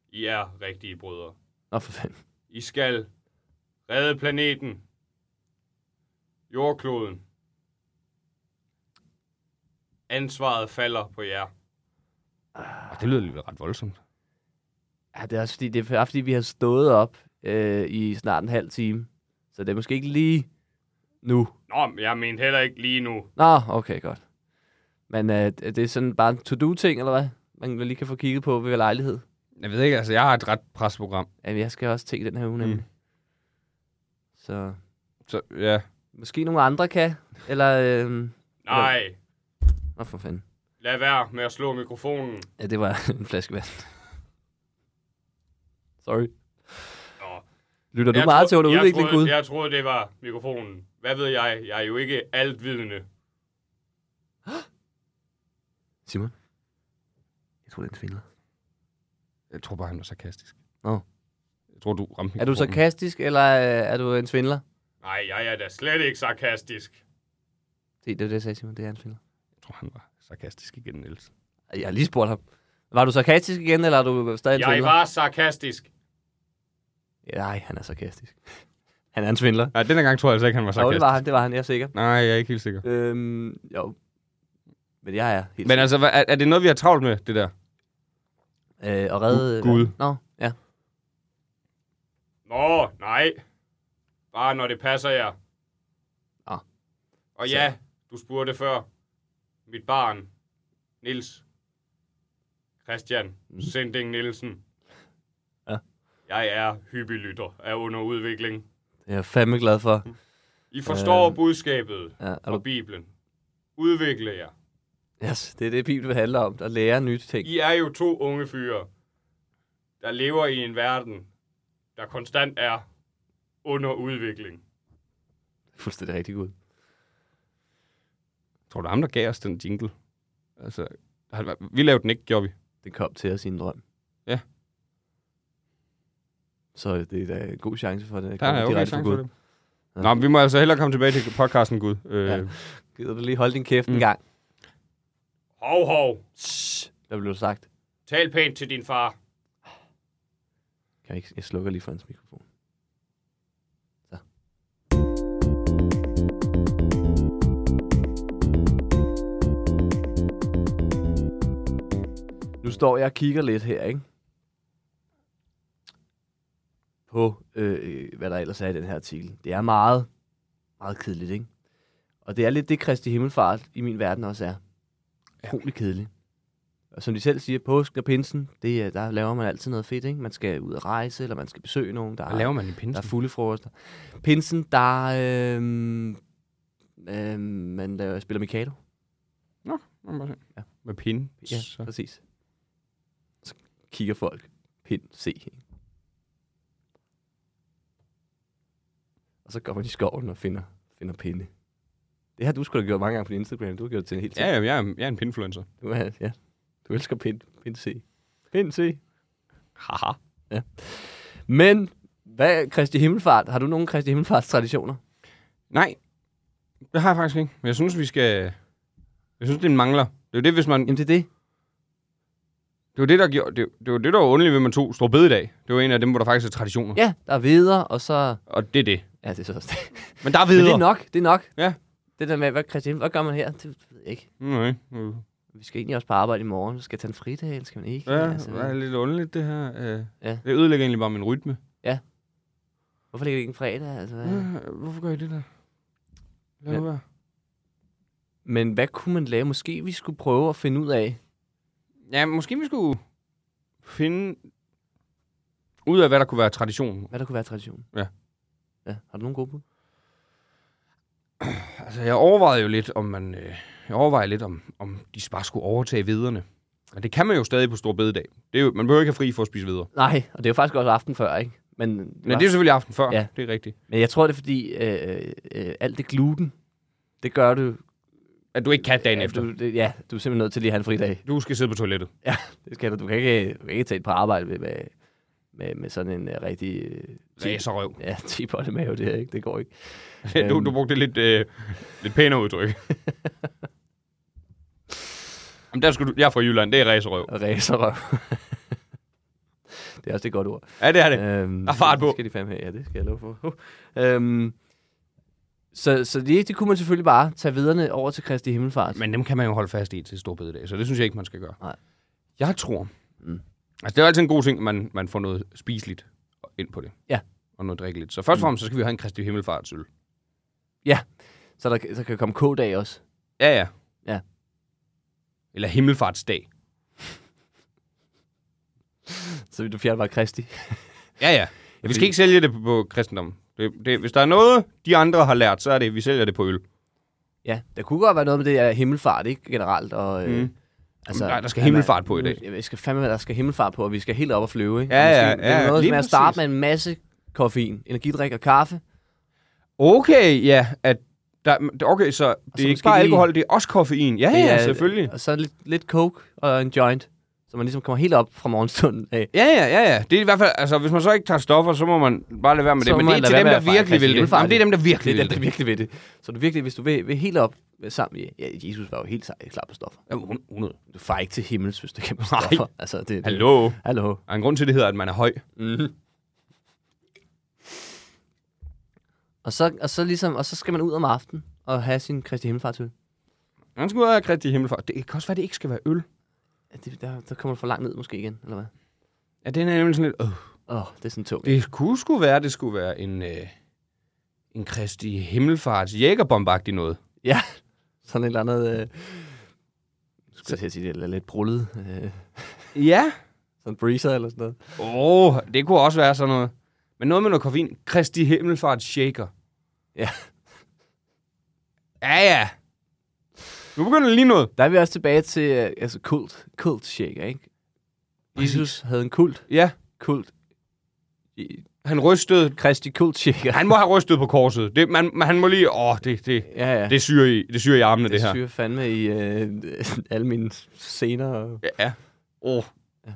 Speaker 4: I er rigtige brødre.
Speaker 3: Nå, for fanden.
Speaker 4: I skal redde planeten, jordkloden. Ansvaret falder på jer. Ah, Det lyder lige ret voldsomt.
Speaker 3: Ja, det er også fordi, det er bare fordi vi har stået op øh, i snart en halv time. Så det er måske ikke lige nu.
Speaker 4: Nå, men jeg mente heller ikke lige nu.
Speaker 3: Nå, okay, godt. Men øh, er det sådan bare en to-do-ting, eller hvad? Man lige kan få kigget på ved lejlighed.
Speaker 4: Jeg ved ikke, altså jeg har et ret presprogram.
Speaker 3: Jamen, jeg skal også ting den her uge, nemlig. Mm. Så
Speaker 4: Så, ja.
Speaker 3: måske nogle andre kan, eller... Øh,
Speaker 5: Nej,
Speaker 3: Nå, for fanden.
Speaker 5: lad være med at slå mikrofonen.
Speaker 3: Ja, det var en flaske vand. Sorry.
Speaker 5: Nå.
Speaker 3: Lytter du
Speaker 5: Jeg
Speaker 3: meget
Speaker 5: tro-
Speaker 3: til under
Speaker 5: jeg
Speaker 3: udvikling,
Speaker 5: troede,
Speaker 3: Gud?
Speaker 5: Jeg troede, det var mikrofonen. Hvad ved jeg? Jeg er jo ikke altvidende.
Speaker 3: Simon? Jeg tror, det er en svindler.
Speaker 4: Jeg tror bare, han var sarkastisk.
Speaker 3: Nå.
Speaker 4: Jeg tror, du ramte
Speaker 3: Er du sarkastisk, eller øh, er du en svindler?
Speaker 5: Nej, jeg er da slet ikke sarkastisk.
Speaker 3: Se, det er det, jeg sagde, Simon. Det er en svindler.
Speaker 4: Jeg tror, han var sarkastisk igen, Niels.
Speaker 3: Jeg har lige spurgt ham. Var du sarkastisk igen, eller er du stadig en
Speaker 5: Jeg
Speaker 3: svindler?
Speaker 5: var sarkastisk.
Speaker 3: Ja, Nej, han er sarkastisk. Han er en svindler.
Speaker 4: Nej, denne gang tror jeg altså ikke, han var
Speaker 3: Jo,
Speaker 4: sarkastisk.
Speaker 3: det var han, det var han, jeg er sikker.
Speaker 4: Nej, jeg er ikke helt sikker.
Speaker 3: Øhm, jo. Men jeg er helt
Speaker 4: Men altså, hvad- er, er det noget, vi har travlt med, det der?
Speaker 3: sikker. Øh, og redde...
Speaker 4: Gud.
Speaker 3: Nå, ja.
Speaker 5: Nå, nej. Bare når det passer jer.
Speaker 3: Nå.
Speaker 5: Og
Speaker 3: Så-
Speaker 5: ja, du spurgte før. Mit barn, Nils. Christian Sending Nielsen.
Speaker 3: Mm. Ja.
Speaker 5: Jeg er hyppiglytter af underudvikling.
Speaker 3: Det er jeg fandme glad for.
Speaker 5: I forstår
Speaker 3: Øh,
Speaker 5: budskabet
Speaker 3: Ja, er
Speaker 5: fra
Speaker 3: du...
Speaker 5: Bibelen. Udvikle jer.
Speaker 4: Mm.
Speaker 3: yes, det er det, Bibelen handler om. At lære nye ting.
Speaker 5: I er jo to unge fyre, der lever i en verden, der konstant er under udvikling.
Speaker 3: Fuldstændig rigtig Gud.
Speaker 4: Tror du, ham, der gav os den jingle? Altså, har det været- Vi lavede den ikke, gjorde vi.
Speaker 3: Den kom til os i en drøm.
Speaker 4: Ja.
Speaker 3: Så det er da en god chance for, at den
Speaker 4: Der er okay chance for det.
Speaker 3: Ja.
Speaker 4: Nå, men vi må altså hellere komme tilbage til podcasten, Gud. Øh,
Speaker 3: Ja. Gider du lige holde din kæft mm.
Speaker 4: Mm.
Speaker 3: en gang?
Speaker 5: Hov, hov.
Speaker 3: Shh, der blev sagt.
Speaker 5: Tal pænt til din far.
Speaker 3: Kan jeg, ikke, jeg slukker lige for hans mikrofon. Så. Nu står jeg og kigger lidt her, ikke? På, øh, hvad der ellers er i den her artikel. Det er meget, meget kedeligt, ikke? Og det er lidt det, Kristi Himmelfart i min verden også er. Utrolig kedeligt. Og som de selv siger, påsken og pinsen, det, er- der laver man altid noget fedt, ikke? Man skal ud og rejse, eller man skal besøge nogen, der,
Speaker 4: Hvad laver man i pinsen?
Speaker 3: der er fulde frokoster. Pinsen, der øhm, øhm, man laver, spiller Mikado.
Speaker 4: Nå, må man bare se.
Speaker 3: Ja.
Speaker 4: Med pinde.
Speaker 3: Ja,
Speaker 4: Så.
Speaker 3: præcis. Så kigger folk. Pind, se. ikke? Og så går man i skoven og finder, finder pinde. Det har du skulle have gjort mange gange på din Instagram. Du har gjort det til en helt
Speaker 4: Ja, ja, jeg er, jeg er en pinfluencer.
Speaker 3: Du, er, ja. du elsker pind, pind C. Pind C.
Speaker 4: Haha.
Speaker 3: Men hvad er Kristi Himmelfart? Har du nogen Kristi Himmelfarts traditioner?
Speaker 4: Nej, det har jeg faktisk ikke. Men jeg synes, vi skal... Jeg synes, det er en mangler. Det er jo det, hvis man...
Speaker 3: Jamen det er det.
Speaker 4: Det var det, der, gjorde, det, det var, det, der var underligt ved, at man tog Stor Bededag. Det var en af dem, hvor der faktisk er traditioner.
Speaker 3: Ja, der er videre, og så...
Speaker 4: Og det er det.
Speaker 3: Ja, det er så også det.
Speaker 4: Men der er
Speaker 3: Men
Speaker 4: videre.
Speaker 3: det er nok, det er nok.
Speaker 4: Ja.
Speaker 3: Det der med, hvad, Christian, hvad gør man her? Det ved jeg ikke.
Speaker 4: Nej, øh,
Speaker 3: Vi skal egentlig også på arbejde i morgen. Skal jeg tage en fridag, eller skal man ikke?
Speaker 4: ja,
Speaker 3: Altså,
Speaker 4: det er lidt underligt, det her. Øh,
Speaker 3: Ja.
Speaker 4: Det ødelægger egentlig bare min rytme.
Speaker 3: Hvorfor ligger det ikke en fredag? Altså, hvad?
Speaker 4: Ja. Hvorfor gør I det der? Lad
Speaker 3: Men-
Speaker 4: nu være.
Speaker 3: Men hvad kunne man lave? Måske vi skulle prøve at finde ud af.
Speaker 4: Ja, måske vi skulle finde ud af, hvad der kunne være tradition.
Speaker 3: Hvad der kunne være tradition?
Speaker 4: Ja.
Speaker 3: ja. Har du nogen gode bud?
Speaker 4: Altså, jeg overvejede jo lidt, om man... Øh, jeg overvejede lidt, om, om de bare skulle overtage vederne. Men det kan man jo stadig på Stor Bededag. Det er jo, man behøver ikke have fri for at spise videre.
Speaker 3: Nej, og det er jo faktisk også aften før, ikke? Men,
Speaker 4: Men det er jo selvfølgelig aften før.
Speaker 3: Ja.
Speaker 4: Det er rigtigt.
Speaker 3: men jeg tror, det er fordi øh, øh, alt det gluten, det gør du...
Speaker 4: At du ikke kan dagen
Speaker 3: at
Speaker 4: efter.
Speaker 3: Du, det, ja, du er simpelthen nødt til lige at have en fridag.
Speaker 4: Du skal sidde på toilettet.
Speaker 3: Ja, det skal du. Du kan ikke, du kan ikke tage et på arbejde med, med, med, med sådan en øh, rigtig... Øh, ti-
Speaker 4: Racerøv.
Speaker 3: Ja, 10 bolde mave, det her, ikke? Det går ikke.
Speaker 4: du, du brugte et lidt, øh, lidt pænere udtryk. Jamen, der skulle du, jeg er fra Jylland, det er racerøv.
Speaker 3: Og racerøv. det er også et godt ord.
Speaker 4: Ja, det er det.
Speaker 3: Øhm,
Speaker 4: Der er fart på.
Speaker 3: Det skal de fandme have. Ja, det skal jeg love for. Uh. Øhm, så så det, det kunne man selvfølgelig bare tage viderne over til Kristi Himmelfart.
Speaker 4: Men dem kan man jo holde fast i til stor bededag, så det synes jeg ikke, man skal gøre.
Speaker 3: Nej.
Speaker 4: Jeg tror...
Speaker 3: Mm.
Speaker 4: Mm. Altså, det er jo altid en god ting, at man, man får noget spiseligt ind på det.
Speaker 3: Ja. Mm.
Speaker 4: Og noget drikkeligt. Så først og fremmest, så skal vi jo have en Kristi Himmelfartsøl.
Speaker 3: Så der så kan komme K-dag også.
Speaker 4: Ja, ja.
Speaker 3: Ja.
Speaker 4: Eller Himmelfartsdag.
Speaker 3: Så vil du fjerne bare Kristi.
Speaker 4: Ja, ja. Vi skal ikke sælge det på, på kristendommen. Det, det, hvis der er noget, de andre har lært, så er det, at vi sælger det på øl.
Speaker 3: Ja, der kunne godt være noget med det her himmelfart, ikke? Generelt. Og, øh,
Speaker 4: Mm. Nej, der skal himmelfart på i dag.
Speaker 3: Jeg skal fandme, der skal himmelfart på, og vi skal helt op og flyve, ikke?
Speaker 4: Ja,
Speaker 3: Og vi skal-
Speaker 4: ja,
Speaker 3: det er
Speaker 4: ja,
Speaker 3: noget
Speaker 4: lige
Speaker 3: med at starte
Speaker 4: præcis.
Speaker 3: med en masse koffein, energidrik og kaffe.
Speaker 4: Okay, ja. At der, okay, så det
Speaker 3: så
Speaker 4: er ikke
Speaker 3: måske
Speaker 4: bare
Speaker 3: lige-
Speaker 4: alkohol, det er også koffein. Ja,
Speaker 3: Det
Speaker 4: ja,
Speaker 3: er-
Speaker 4: selvfølgelig.
Speaker 3: Og så lidt, lidt coke og en joint, så man ligesom kommer helt op fra morgenstunden af.
Speaker 4: Ja, ja, ja, ja. Det er i hvert fald, altså, hvis man så ikke tager stoffer, så må man bare lade være med
Speaker 3: Så
Speaker 4: det. Men
Speaker 3: må
Speaker 4: det er
Speaker 3: man
Speaker 4: til
Speaker 3: lade
Speaker 4: dem,
Speaker 3: være
Speaker 4: der
Speaker 3: med at fejre
Speaker 4: virkelig vil
Speaker 3: Kristi
Speaker 4: det. Jamen, det er dem, der virkelig
Speaker 3: Det er
Speaker 4: vil
Speaker 3: dem, der
Speaker 4: det.
Speaker 3: virkelig ved det. Så du virkelig, hvis du vil, vil helt op øh, sammen... Ja, Jesus var jo helt sej, klar på stoffer.
Speaker 4: Jamen, 100.
Speaker 3: Du farer ikke til himmels, hvis du kan på
Speaker 4: Nej.
Speaker 3: stoffer. Altså, det, det,
Speaker 4: Hallo. Mhm.
Speaker 3: Hallo.
Speaker 4: Der er en grund til, det hedder, at man er høj.
Speaker 3: Mm. Og så, og, så ligesom, og så skal man ud om aftenen og have sin Kristi Himmelfartsøl.
Speaker 4: Man skal ud af Kristi Himmelfart. Det kan også være, det ikke skal være øl.
Speaker 3: Ja, det- Der, der kommer du for langt ned måske igen, eller hvad?
Speaker 4: Ja, den er nemlig sådan lidt... Øh.
Speaker 3: Åh, oh, det er sådan tungt.
Speaker 4: Det kunne sgu være, det skulle være en... Øh, en Kristi Himmelfarts jægerbombagtig noget.
Speaker 3: Ja, sådan et eller andet... Øh, skal jeg til at sige, det er lidt brullet. Øh,
Speaker 4: Ja.
Speaker 3: sådan en breezer eller sådan noget.
Speaker 4: Åh, oh, det kunne også være sådan noget. Men noget med noget koffein. Kristi Himmelfarts shaker.
Speaker 3: Ja.
Speaker 4: Ja, ja. Nu begynder det lige noget.
Speaker 3: Der er vi også tilbage til øh, altså kult, kult shaker, ikke? Jesus havde en kult.
Speaker 4: Ja.
Speaker 3: Kult. I-
Speaker 4: han rystede.
Speaker 3: Kristi Kultjekker.
Speaker 4: Han må have rystet på korset. Det, man, man- han må lige... Åh, det, det,
Speaker 3: Ja, ja.
Speaker 4: det, syrer i, det syrer i armene, det,
Speaker 3: det
Speaker 4: her.
Speaker 3: syrer fandme i øh, alle mine scener. Og...
Speaker 4: Ja. Oh.
Speaker 3: Det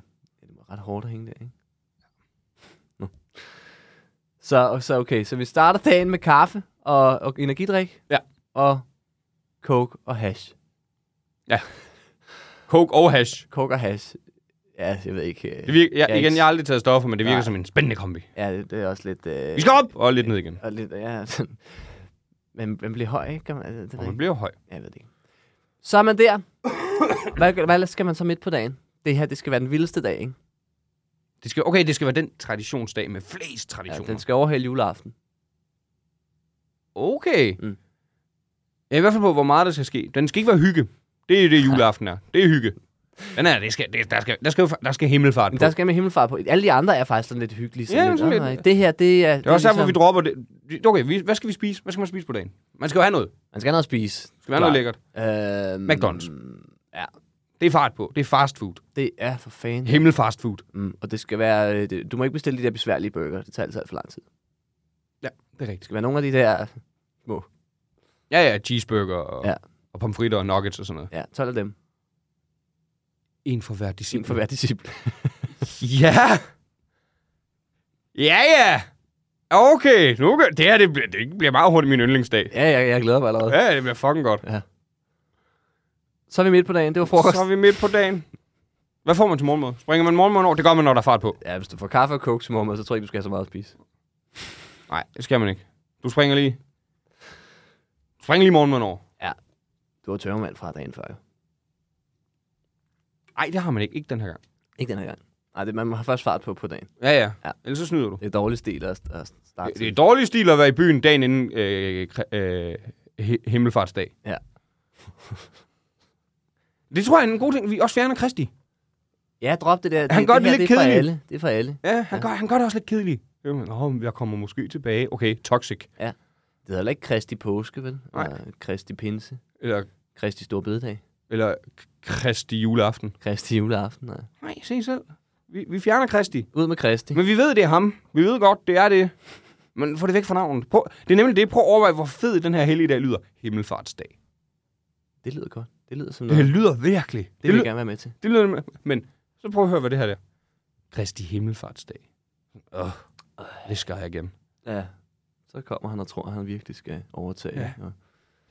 Speaker 3: var ret hårdt at hænge der, ikke? Nå. Så, så okay, så vi starter dagen med kaffe og, og energidrik.
Speaker 4: Ja.
Speaker 3: Og coke og hash.
Speaker 4: Coke og hash.
Speaker 3: Coke og hash. Ja, jeg ved ikke. øh,
Speaker 4: Det virker, jeg,
Speaker 3: Jeg er
Speaker 4: igen,
Speaker 3: ikke-
Speaker 4: jeg har aldrig taget stoffer, men det virker
Speaker 3: Nej.
Speaker 4: som en spændende kombi.
Speaker 3: Ja, det, det er også lidt... Øh,
Speaker 4: Vi skal op! Og lidt ned igen.
Speaker 3: Og lidt, ja, sådan. Man, man bliver høj, ikke? Gør Man, altså, det, det,
Speaker 4: Og man
Speaker 3: man
Speaker 4: bliver høj.
Speaker 3: Jeg ved det ikke. Så er man der. Hvad, hvad skal man så midt på dagen? Det her, det skal være den vildeste dag, ikke?
Speaker 4: Det skal, okay, det skal være den traditionsdag med flest
Speaker 3: Ja,
Speaker 4: traditioner.
Speaker 3: Altså, den skal overhale juleaften.
Speaker 4: Okay.
Speaker 3: Mm.
Speaker 4: Ja, I hvert fald på, hvor meget der skal ske. Den skal ikke være hygge. Det er det, juleaften er. Det er hygge. Den er, det skal, det, der, skal, der, skal, jo- der skal himmelfart på.
Speaker 3: Men der skal man himmelfart på. Alle de andre er faktisk sådan lidt hyggelige.
Speaker 4: Ja, sådan
Speaker 3: "Åh,
Speaker 4: lidt."
Speaker 3: Det her, det er... ligesom-
Speaker 4: det er ligesom- også derfor, vi dropper det. Okay, vi, hvad skal vi spise? Hvad skal man spise på dagen? Man skal jo have noget. Der
Speaker 3: Man skal have noget at spise.
Speaker 4: skal være noget lækkert.
Speaker 3: Øhm,
Speaker 4: McDonald's.
Speaker 3: Ja,
Speaker 4: Det er fart på. Det er fast food.
Speaker 3: det er for fanden.
Speaker 4: Himmel fast food.
Speaker 3: Mm, og det skal være... øh, Det, du må ikke bestille de der besværlige burger. Det tager altid alt for lang tid. Det
Speaker 4: Ja, det er rigtigt.
Speaker 3: skal være nogle af de der...
Speaker 4: Ja, ja, cheeseburger og,
Speaker 3: Ja.
Speaker 4: ja. og pomfritter og nuggets og sådan noget.
Speaker 3: Ja, 12 af dem.
Speaker 4: En for hver
Speaker 3: En
Speaker 4: disciple.
Speaker 3: for hver disciple.
Speaker 4: Ja! Ja, ja! Okay, nu kan, det her det bliver, det bliver meget hurtigt min yndlingsdag.
Speaker 3: ja, jeg, jeg glæder mig allerede.
Speaker 4: Ja, det bliver fucking godt.
Speaker 3: Så er vi midt på dagen. Det var frokost.
Speaker 4: Så er vi midt på dagen. Hvad får man til morgenmad? Springer man morgenmad over? Det gør man, når der er fart på.
Speaker 3: Ja, hvis du får kaffe og coke til morgenmad, så tror jeg ikke, du skal have så meget at spise.
Speaker 4: Nej, det skal man ikke. Du springer lige. Spring lige morgenmad over.
Speaker 3: Du var tørmand fra dagen før, jo.
Speaker 4: Nej, det har man ikke. Ikke den her gang.
Speaker 3: Ikke den her gang. Nej, det, man har først fart på på dagen.
Speaker 4: Ja, ja.
Speaker 3: Ja.
Speaker 4: ja. Ellers så snyder du.
Speaker 3: Det er dårlig stil at, at starte.
Speaker 4: Det, det er dårlig stil at være i byen dagen inden øh, kri- øh, hi- himmelfartsdag.
Speaker 3: Ja.
Speaker 4: Det tror jeg er en god ting. Vi også fjerner Kristi.
Speaker 3: Ja, drop det der.
Speaker 4: Han
Speaker 3: det,
Speaker 4: gør
Speaker 3: det,
Speaker 4: det
Speaker 3: her,
Speaker 4: lidt
Speaker 3: det er for
Speaker 4: kedeligt.
Speaker 3: alle. Det er for alle.
Speaker 4: Ja, han, ja. Gør, han gør det også lidt kedeligt. Jo, men, Nå, men jeg kommer måske tilbage. Okay, toxic.
Speaker 3: Det hedder heller ikke Kristi påske, vel?
Speaker 4: Nej.
Speaker 3: Eller Kristi pinse.
Speaker 4: Eller,
Speaker 3: Kristi storbededag.
Speaker 4: eller Kristi juleaften.
Speaker 3: Kristi juleaften. Nej.
Speaker 4: Nej, se selv. Vi, vi fjerner Kristi.
Speaker 3: Ud med Kristi.
Speaker 4: Men vi ved, det er ham. Vi ved godt, det er det. Men få det væk fra navnet. Prøv, det er nemlig det. Prøv at overveje, hvor fed den her helligdag lyder. Himmelfartsdag.
Speaker 3: Det lyder godt. Det lyder som
Speaker 4: Det
Speaker 3: noget.
Speaker 4: her
Speaker 3: Det,
Speaker 4: lyder virkelig.
Speaker 3: det vil
Speaker 4: lyder,
Speaker 3: jeg gerne være med til.
Speaker 4: det lyder, men så prøv at høre, hvad det her er. Kristi Himmelfartsdag. Åh, det skal jeg igen.
Speaker 3: Ja. Så kommer han og tror, at han virkelig skal overtage.
Speaker 4: Ja.
Speaker 3: Og...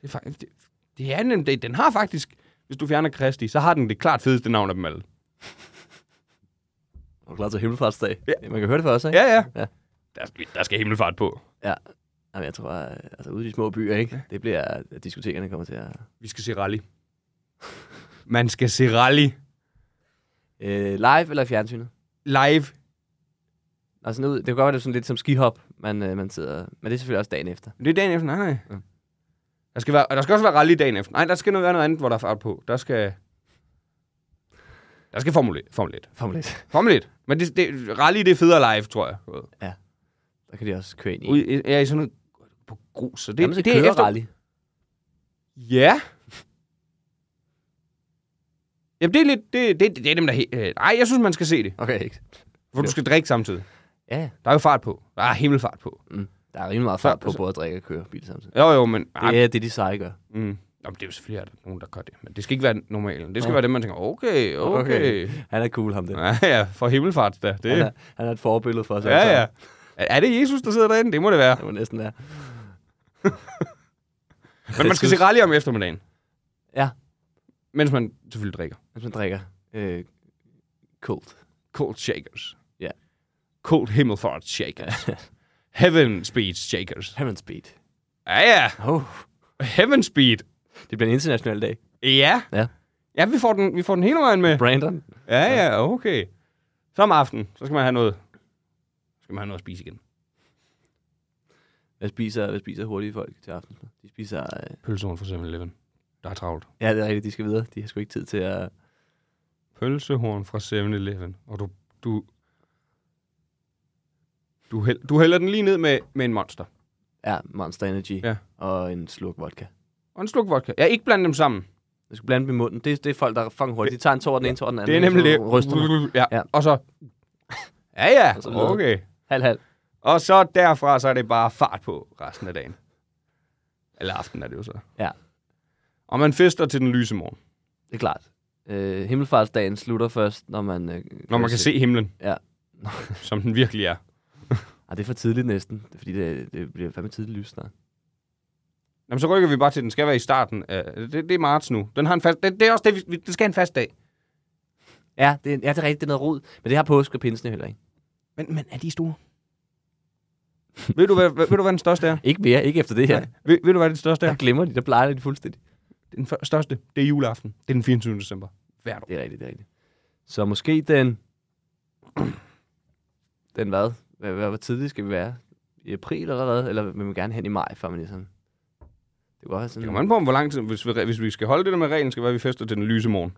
Speaker 4: Det er faktisk, det, det er nemlig, det, den har faktisk, hvis du fjerner Kristi, så har den det klart fedeste navn af dem alle.
Speaker 3: Er du klar til himmelfartsdag?
Speaker 4: Ja.
Speaker 3: Man kan høre det for os, ikke?
Speaker 4: Ja, ja.
Speaker 3: Ja.
Speaker 4: Der, skal, der skal himmelfart på.
Speaker 3: ja. Jamen, jeg tror, at- altså ude i de små byer, ikke? Det bliver, at diskotekerne kommer til at...
Speaker 4: Vi skal se rally. Man skal se rally
Speaker 3: Øh, live eller i fjernsynet?
Speaker 4: live.
Speaker 3: Og sådan ud, det kan godt være, det er sådan lidt som skihop, man, øh, man sidder... Men det er selvfølgelig også dagen efter.
Speaker 4: Det er dagen efter, nej, nej.
Speaker 3: Mm.
Speaker 4: Der skal, være, og der skal også være rally dagen efter. Nej, der skal noget, være noget andet, hvor der er fart på. Der skal... Der skal Formel 1. Formel 1.
Speaker 3: Formel 1.
Speaker 4: Formel 1. Men det, det, rally, det er federe live, tror jeg.
Speaker 3: Der kan de også køre ind i.
Speaker 4: Ude, i- ja, i sådan noget på grus. Så det,
Speaker 3: Jamen, så
Speaker 4: det er efter...
Speaker 3: rally.
Speaker 4: Ja. Jamen, det er lidt... Det, det, det er dem, der... he- øh, Nej, jeg synes, man skal se det.
Speaker 3: Okay, ikke?
Speaker 4: For du skal drikke samtidig.
Speaker 3: Ja, ja.
Speaker 4: Der er jo fart på. Der er himmelfart på.
Speaker 3: der er rimelig meget fart på
Speaker 4: Så-
Speaker 3: både at drikke og køre bil samtidig.
Speaker 4: Jo, jo, men... ah,
Speaker 3: Ja, det er det, de seje gør.
Speaker 4: Mm. Jamen, det er jo selvfølgelig at der er nogen, der gør det. Men det skal ikke være normalen. Det skal ja.
Speaker 3: Ja.
Speaker 4: være dem, man tænker, okay, okay. okay.
Speaker 3: Han er cool, ham der.
Speaker 4: Ja, ja, for himmelfart da. Det,
Speaker 3: Han, er, han er et forbillede for os. alle
Speaker 4: ja, ja.
Speaker 3: sammen.
Speaker 4: Er er det Jesus, der sidder derinde? Det må det være.
Speaker 3: Det må næsten være.
Speaker 4: Men man skal se rally om eftermiddagen.
Speaker 3: Ja.
Speaker 4: Mens man selvfølgelig drikker.
Speaker 3: Hvis man drikker øh, cold.
Speaker 4: Cold shakers.
Speaker 3: Ja.
Speaker 4: Cold himmelfart shakers. Heaven speed shakers.
Speaker 3: Heaven speed.
Speaker 4: Ja, ja.
Speaker 3: Oh,
Speaker 4: Heaven speed.
Speaker 3: det bliver en international dag.
Speaker 4: Ja.
Speaker 3: Ja.
Speaker 4: Ja, vi får den, vi får den hele vejen med.
Speaker 3: Brandon.
Speaker 4: Ja, ja, okay. Så om aftenen, så skal man have noget, så skal man have noget at spise igen.
Speaker 3: Hvad spiser, hvad spiser hurtige folk til aftensmad? De spiser... Øh,
Speaker 4: Pølsehorn fra 7-Eleven. Der er travlt.
Speaker 3: ja, det er rigtigt, de skal videre. De har sgu ikke tid til at...
Speaker 4: Pølsehorn fra 7-Eleven. Og du, du, du, hæld, du hælder den lige ned med, med en monster.
Speaker 3: Ja, Monster Energy
Speaker 4: Ja.
Speaker 3: og en slurk vodka.
Speaker 4: Og en sluk vodka. Ja, ikke blande dem sammen.
Speaker 3: Jeg skal blande dem i munden. Det, det er folk, der er fucking hurtigt. De tager en tår, den ene tår, den
Speaker 4: Det er
Speaker 3: anden.
Speaker 4: nemlig
Speaker 3: Ryster
Speaker 4: det. Ja.
Speaker 3: Ja.
Speaker 4: Og så... Ja, ja.
Speaker 3: Og så videre.
Speaker 4: Okay.
Speaker 3: Halv, halv.
Speaker 4: Og så derfra, så er det bare fart på resten af dagen. Eller aftenen er det jo så.
Speaker 3: Ja.
Speaker 4: Og man fester til den lyse morgen,
Speaker 3: Det er klart. Øh, himmelfartsdagen slutter først, når man... Øh,
Speaker 4: når man kan se himlen,
Speaker 3: Ja.
Speaker 4: som den virkelig er.
Speaker 3: Ej, Ah, det er for tidligt næsten, Det er fordi det, det bliver fandme tidligt lys snart.
Speaker 4: Jamen, så rykker vi bare til, at den skal være i starten. Af, det, det er marts nu. Den har en fast, det, det er også det, vi- vi, den skal have en fast dag.
Speaker 3: Ja, det, er- ja, det er rigtigt, det er noget rod. Men det har påske og pinsen heller ikke.
Speaker 4: Men, men er de store? ved, du, hvad, hvad- ved du, hvad den største er?
Speaker 3: Ikke mere, ikke efter det her.
Speaker 4: Nej. Ved, ved du, hvad den største
Speaker 3: Der
Speaker 4: er?
Speaker 3: glemmer de, der plejer de det fuldstændig.
Speaker 4: Den før- største, det er juleaften. Det er den 24. december. Hvert år.
Speaker 3: Det er rigtigt, det er rigtigt. Så måske den... Den hvad? Hvad, hvad, hvor tidligt skal vi være? I april eller hvad? Eller vil man gerne hen i maj, før man ligesom... Det kunne godt være sådan...
Speaker 4: Det kommer an på, om hvor lang tid, hvis vi, hvis vi skal holde det der med reglen, skal være, at vi fester til den lyse morgen.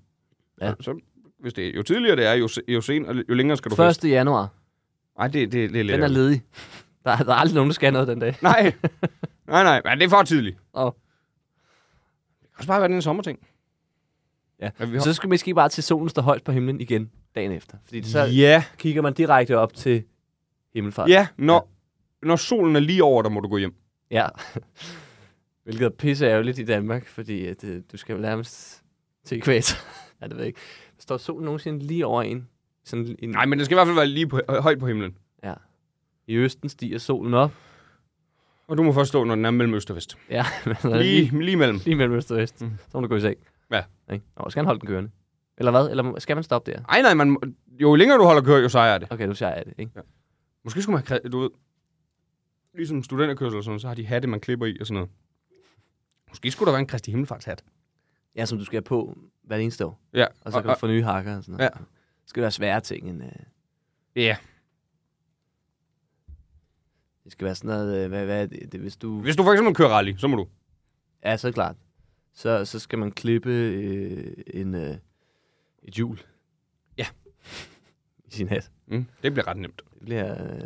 Speaker 3: Ja.
Speaker 4: Så, hvis det, er- jo tidligere det er, jo, se- jo, sen, jo længere skal du feste.
Speaker 3: 1. januar.
Speaker 4: Nej, det, det, det er lidt...
Speaker 3: Den er
Speaker 4: ærgerligt.
Speaker 3: ledig. Der, er- der er aldrig nogen, der skal noget den dag.
Speaker 4: Nej, nej, nej, men det er for tidligt.
Speaker 3: Åh.
Speaker 4: Det kan også bare være den sommerting.
Speaker 3: Ja.
Speaker 4: Men vi har-
Speaker 3: Så skal vi måske bare til solen står højt på himlen igen dagen efter. Fordi så
Speaker 4: Ja,
Speaker 3: kigger man direkte op til himmelfart.
Speaker 4: ja, når, når solen er lige over, der må du gå hjem.
Speaker 3: ja. Hvilket er pisse ærgerligt i Danmark, fordi at, øh, du skal jo nærmest til ekvator. ja, det ved jeg ikke. Står solen nogensinde lige over en? Sådan en
Speaker 4: Nej, men det skal i hvert fald være lige på, hø- højt på himlen.
Speaker 3: I østen stiger solen op.
Speaker 4: Og du må forstå, når den er mellem øst og vest.
Speaker 3: Ja, men den er lige,
Speaker 4: Lige, lige mellem.
Speaker 3: lige mellem øst og vest.
Speaker 4: Mm.
Speaker 3: Så må du gå i seng.
Speaker 4: Ja.
Speaker 3: Ikke? Nå, skal han holde den kørende? Eller hvad? Eller skal man stoppe der?
Speaker 4: Ej, nej, man, må- jo længere du holder kør, jo sejere er det.
Speaker 3: Okay, nu ser jeg det, ikke?
Speaker 4: Måske skulle man have, kræ- du ved, ligesom studenterkørsel og sådan noget, så har de hatte, man klipper i og sådan noget. Måske skulle der være en Kristi Himmelfartshat.
Speaker 3: Ja, som du skal have på hver eneste år.
Speaker 4: Ja.
Speaker 3: Og så kan du få nye hakker og sådan noget.
Speaker 4: Ja.
Speaker 3: Det skal være svære ting end... Øh...
Speaker 4: Ja.
Speaker 3: Det skal være sådan noget... Øh, hvad, hvad er det, det, hvis du...
Speaker 4: Hvis du for eksempel kører rally, så må du.
Speaker 3: Ja, så er det klart. Så, så skal man klippe øh, en, øh, et hjul.
Speaker 4: Ja.
Speaker 3: I sin hat.
Speaker 4: Mm, det bliver ret nemt.
Speaker 3: Det bliver... Øh...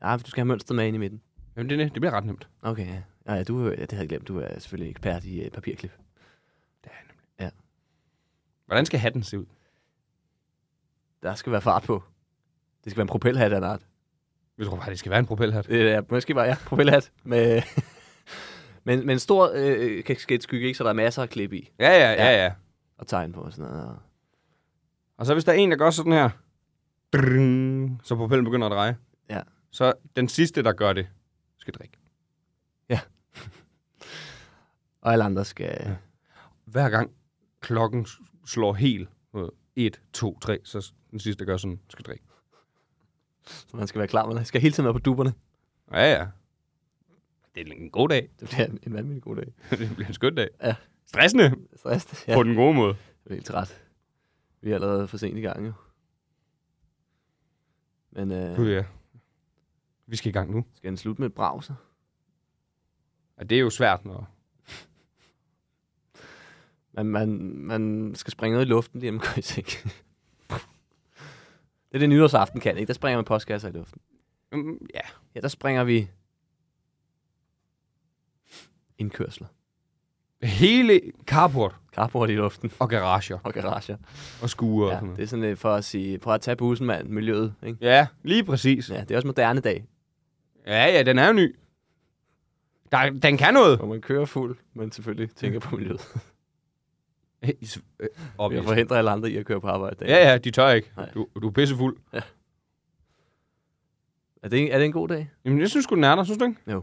Speaker 3: Ej, for du skal have mønstret med ind i midten.
Speaker 4: Jamen, det, er det det bliver ret nemt.
Speaker 3: Okay, ja. Ej, ja, du, øh, ja, det havde jeg glemt. Du er selvfølgelig ekspert i øh, papirklip.
Speaker 4: Hvordan skal hatten se ud?
Speaker 3: Der skal være fart på. Det skal være en propelhat af en art.
Speaker 4: Vi tror bare, det skal være en propelhat.
Speaker 3: Det er måske bare, ja, propelhat. Med, men, men en stor øh, kasketskygge, ikke? Så der er masser at klippe i
Speaker 4: Ja, ja, ja, ja.
Speaker 3: og tegne på og sådan noget. Og,
Speaker 4: Og så hvis der er en, der gør sådan her, drrrring, så propellen begynder at dreje,
Speaker 3: Ja.
Speaker 4: så den sidste, der gør det, skal drikke.
Speaker 3: og alle andre skal... Ja.
Speaker 4: Hver gang klokken s- slår helt, 1, 2, 3, så den sidste, der gør sådan, skal drikke.
Speaker 3: Så man skal være klar med det. Skal hele tiden være på duberne.
Speaker 4: Ja, ja. Det er en god dag.
Speaker 3: Det bliver en, en vanvittig god dag.
Speaker 4: det bliver en skøn dag.
Speaker 3: Ja.
Speaker 4: Stressende
Speaker 3: Stress,
Speaker 4: ja.
Speaker 3: ja.
Speaker 4: på den gode måde.
Speaker 3: Jeg er helt træt. Vi er allerede for sent i gang, jo. Men øh,
Speaker 4: Gud, ja. Vi skal i gang nu.
Speaker 3: skal den slutte med et brag, så?
Speaker 4: Ja, det er jo svært, når...
Speaker 3: Man, man, man skal springe noget i luften, lige inden man går i seng. det er det nytårsaften kan, ikke? Der springer man postkasser i luften.
Speaker 4: Mm, Ja.
Speaker 3: Ja, der springer vi indkørsler.
Speaker 4: Hele carport
Speaker 3: Carport i luften
Speaker 4: og garager
Speaker 3: og garager.
Speaker 4: og skuer ja, og
Speaker 3: Ja,
Speaker 4: sådan noget.
Speaker 3: det er sådan lidt for at sige, prøv at tage bussen, mand, miljøet. Ikke?
Speaker 4: Ja, lige præcis.
Speaker 3: Ja, det er også moderne dag,
Speaker 4: Ja, ja, den er jo ny. Der, den kan noget.
Speaker 3: hvor man kører fuld, men selvfølgelig tænker på miljøet.
Speaker 4: Øh, is- øh,
Speaker 3: Og jeg
Speaker 4: obvious.
Speaker 3: forhindrer alle andre i at køre på arbejde. i dag.
Speaker 4: Ja, ja, de tør ikke.
Speaker 3: Nej.
Speaker 4: Du, du er pissefuld.
Speaker 3: Er, det, en- er det en god dag?
Speaker 4: Jamen, jeg synes sgu, den er der, synes du ikke?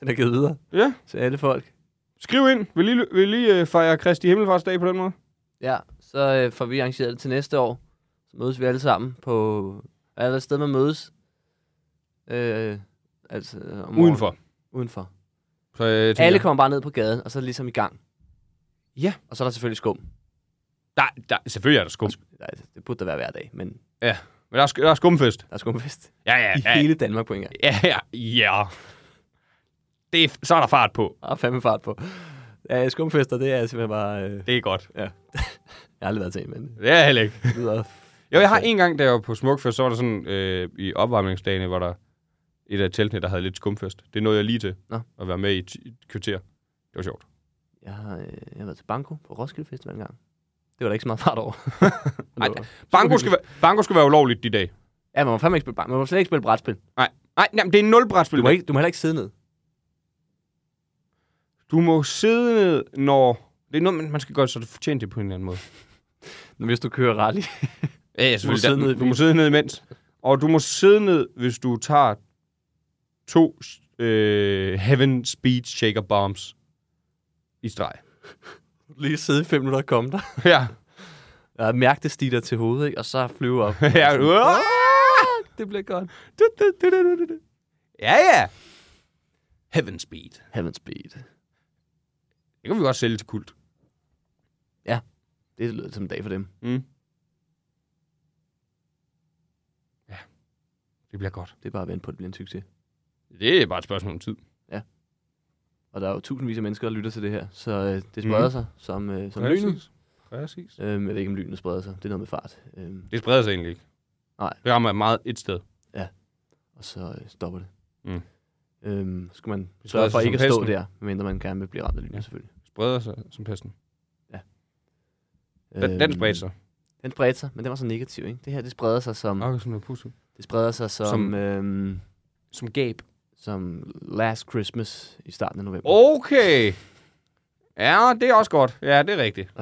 Speaker 3: Den er givet videre
Speaker 4: Ja.
Speaker 3: til alle folk.
Speaker 4: Skriv ind. Vil I, vil I øh, fejre Kristi Himmelfartsdag på den måde?
Speaker 3: Ja, så øh, får vi arrangeret det til næste år. Så mødes vi alle sammen på... Er der et sted, man mødes? Øh, altså, øh, om morgenen.
Speaker 4: Udenfor.
Speaker 3: Udenfor.
Speaker 4: Så, øh, tænker
Speaker 3: Alle
Speaker 4: jeg,
Speaker 3: kommer bare ned på gaden, og så er det ligesom i gang.
Speaker 4: Ja.
Speaker 3: Og så er der selvfølgelig skum.
Speaker 4: der, der, selvfølgelig er der skum.
Speaker 3: Nej, det burde der være hver dag, men
Speaker 4: Men der er, sk- der er skumfest.
Speaker 3: der er skumfest
Speaker 4: Ja, ja,
Speaker 3: i
Speaker 4: ja.
Speaker 3: hele Danmark på en gang.
Speaker 4: Ja, ja, ja. Det er, så er der fart på.
Speaker 3: Der er fandme fart på. Ja, skumfester, det er simpelthen bare... Øh,
Speaker 4: Det er godt.
Speaker 3: jeg har aldrig været til en, men
Speaker 4: Det er heller ikke.
Speaker 3: det lyder...
Speaker 4: Jo, jeg har en gang, da jeg var på Smukfest, så var der sådan øh, i opvarmningsdagene, hvor der et af teltene, der havde lidt skumfest. Det nåede jeg lige til
Speaker 3: Nå.
Speaker 4: at være med i et, et kvarter. Det var sjovt.
Speaker 3: Jeg har, øh, jeg har været til Banko på Roskilde Festival en gang. Det var der ikke så meget fart over.
Speaker 4: Banko skal, være, banko skal være ulovligt de dag.
Speaker 3: Ja, man må fandme ikke spille bræt. Man må slet ikke spille brætspil.
Speaker 4: Nej, nej, jamen, det er nul brætspil.
Speaker 3: Du må, ikke, du må heller ikke sidde ned.
Speaker 4: du må sidde ned, når... Det er noget, man- man skal gøre, så du fortjener det på en eller anden måde.
Speaker 3: Men hvis du kører rally.
Speaker 4: Ja, ja,
Speaker 3: selvfølgelig. sidde ned i
Speaker 4: Du må
Speaker 3: bilen.
Speaker 4: sidde ned imens. Og du må sidde ned, hvis du tager to øh, Heaven Speed Shaker Bombs i streg.
Speaker 3: Lige sidde i fem minutter og komme der.
Speaker 4: Ja.
Speaker 3: Ja, mærke det stiger til hovedet, ikke? Og så flyve op.
Speaker 4: ja.
Speaker 3: øh!
Speaker 4: Uah!
Speaker 3: det bliver godt.
Speaker 4: Du, du, du, du, du, du, du. Ja, ja. Heaven Speed.
Speaker 3: Heaven speed.
Speaker 4: Det kan vi godt sælge til kult.
Speaker 3: Det lyder som en dag for dem.
Speaker 4: Mm. Ja. Det bliver godt.
Speaker 3: Det er bare at vente på, at det bliver en succes.
Speaker 4: Det er bare et spørgsmål om tid.
Speaker 3: Og der er jo tusindvis af mennesker, der lytter til det her. Så øh, det
Speaker 4: Mhm.
Speaker 3: spreder mm. sig som, øh, som lynet.
Speaker 4: Præcis.
Speaker 3: Øhm, jeg ved ikke, om lynet spreder sig. Det er noget med fart. Øhm,
Speaker 4: Det spreder sig egentlig ikke.
Speaker 3: Nej.
Speaker 4: Det rammer meget et sted.
Speaker 3: og så øh, stopper det.
Speaker 4: Mm.
Speaker 3: Øhm, skal man
Speaker 4: Det spreder
Speaker 3: sørge for
Speaker 4: sig
Speaker 3: ikke at
Speaker 4: som
Speaker 3: stå
Speaker 4: pesten.
Speaker 3: der, medmindre man gerne vil blive ramt af lynet,
Speaker 4: Ja.
Speaker 3: ja. selvfølgelig.
Speaker 4: Det spreder sig som pesten. Den,
Speaker 3: Øhm,
Speaker 4: den spredte sig.
Speaker 3: Den spredte sig, men den var så negativ, ikke? Det her, det spreder sig som...
Speaker 4: Okay, sådan noget pussy.
Speaker 3: Det spreder sig som,
Speaker 4: Som-
Speaker 3: som, øhm,
Speaker 4: Som gab.
Speaker 3: som Last Christmas i starten af november.
Speaker 4: Okay. Ja, det er også godt. Ja, det er rigtigt.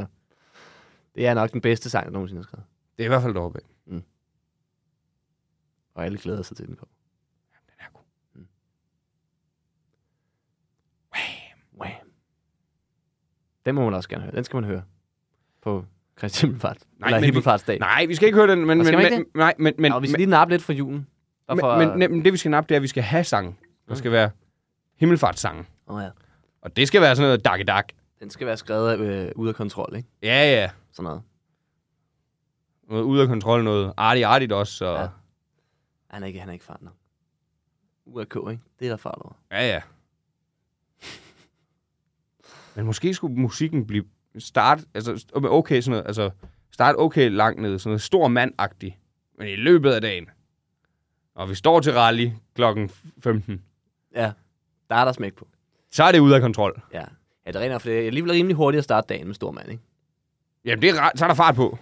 Speaker 3: Det er nok den bedste sang, jeg nogensinde har skrevet.
Speaker 4: Det er i hvert fald deroppe. af.
Speaker 3: Og alle glæder sig til, at den kommer. Mm.
Speaker 4: Den er god.
Speaker 3: Wham. Den må man også gerne høre. Den skal man høre på Kristi Himmelfart.
Speaker 4: Nej,
Speaker 3: Nej, Eller
Speaker 4: men vi-
Speaker 3: Himmelfartsdag.
Speaker 4: Nej, vi skal ikke høre den, men...
Speaker 3: Og skal
Speaker 4: men,
Speaker 3: man ikke
Speaker 4: men nej, men, men,
Speaker 3: Men, og vi skal
Speaker 4: men,
Speaker 3: lige nappe lidt fra julen. Og for,
Speaker 4: men, men, men, det vi skal nappe, det er, at vi skal have sangen. Der skal være himmelfartssangen.
Speaker 3: oh, ja.
Speaker 4: Og det skal være sådan noget dak dak.
Speaker 3: Den skal være skrevet øh, ude af kontrol, ikke?
Speaker 4: Ja, ja.
Speaker 3: Sådan noget.
Speaker 4: Noget ude af kontrol, noget artigt artigt også. Og...
Speaker 3: Ja. Han er ikke, han er ikke fart nok. Ude af K, ikke? Det er der fart over.
Speaker 4: Ja, ja. Men måske skulle musikken blive start, altså okay sådan noget, altså start okay langt nede, sådan noget stor mandagtig, men i løbet af dagen. Og vi står til rally klokken 15.
Speaker 3: Ja, der er der smæk på.
Speaker 4: Så er det ude af kontrol.
Speaker 3: Ja, ja det regner, for det er alligevel rimelig hurtigt at starte dagen med stor mand, ikke?
Speaker 4: Jamen, det er, ra- så er der fart på.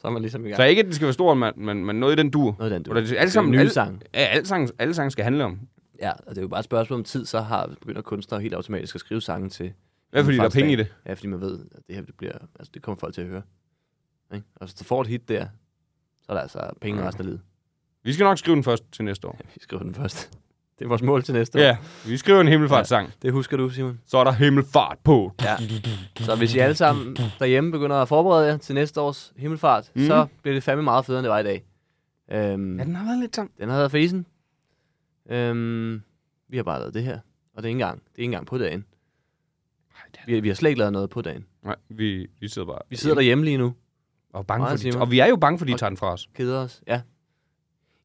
Speaker 3: Så er man ligesom i gang.
Speaker 4: Så ikke, at det skal være stor mand, men, men noget i den dur.
Speaker 3: Noget i den dur.
Speaker 4: Hvor der,
Speaker 3: Det
Speaker 4: alle
Speaker 3: er
Speaker 4: sammen,
Speaker 3: nye
Speaker 4: alle,
Speaker 3: sange.
Speaker 4: Ja, alle sange, alle sange skal handle om.
Speaker 3: Ja, og det er jo bare et spørgsmål om tid, så har, begynder kunstnere helt automatisk at skrive sange til...
Speaker 4: Hvad fordi der er penge i det?
Speaker 3: Ja, fordi man ved, at det her det bliver, altså, det kommer folk til at høre. Ikke? Og hvis du får et hit der, så er der altså penge
Speaker 4: Ja.
Speaker 3: resten af livet.
Speaker 4: Vi skal nok skrive den først til næste år.
Speaker 3: Ja, vi skriver den først. Det er vores mål til næste år.
Speaker 4: Ja, vi skriver en himmelfartssang.
Speaker 3: Det husker du, Simon.
Speaker 4: Så er der himmelfart på.
Speaker 3: Ja. Så hvis I alle sammen derhjemme begynder at forberede jer til næste års himmelfart, mm. så bliver det fandme meget federe, end det var i dag. Øhm,
Speaker 4: Ja, den har været lidt tom.
Speaker 3: Den har været fesen. Øhm, vi har bare lavet det her. Og det er ikke engang, det er ikke engang på dagen. Vi, vi har slet ikke lavet noget på dagen.
Speaker 4: Nej, vi, vi sidder bare...
Speaker 3: Vi sidder derhjemme lige nu.
Speaker 4: Og, er bange
Speaker 3: Meget
Speaker 4: for, de,
Speaker 3: timer.
Speaker 4: og vi er jo bange for, de
Speaker 3: Og-
Speaker 4: tager den fra os.
Speaker 3: Keder os. Ja.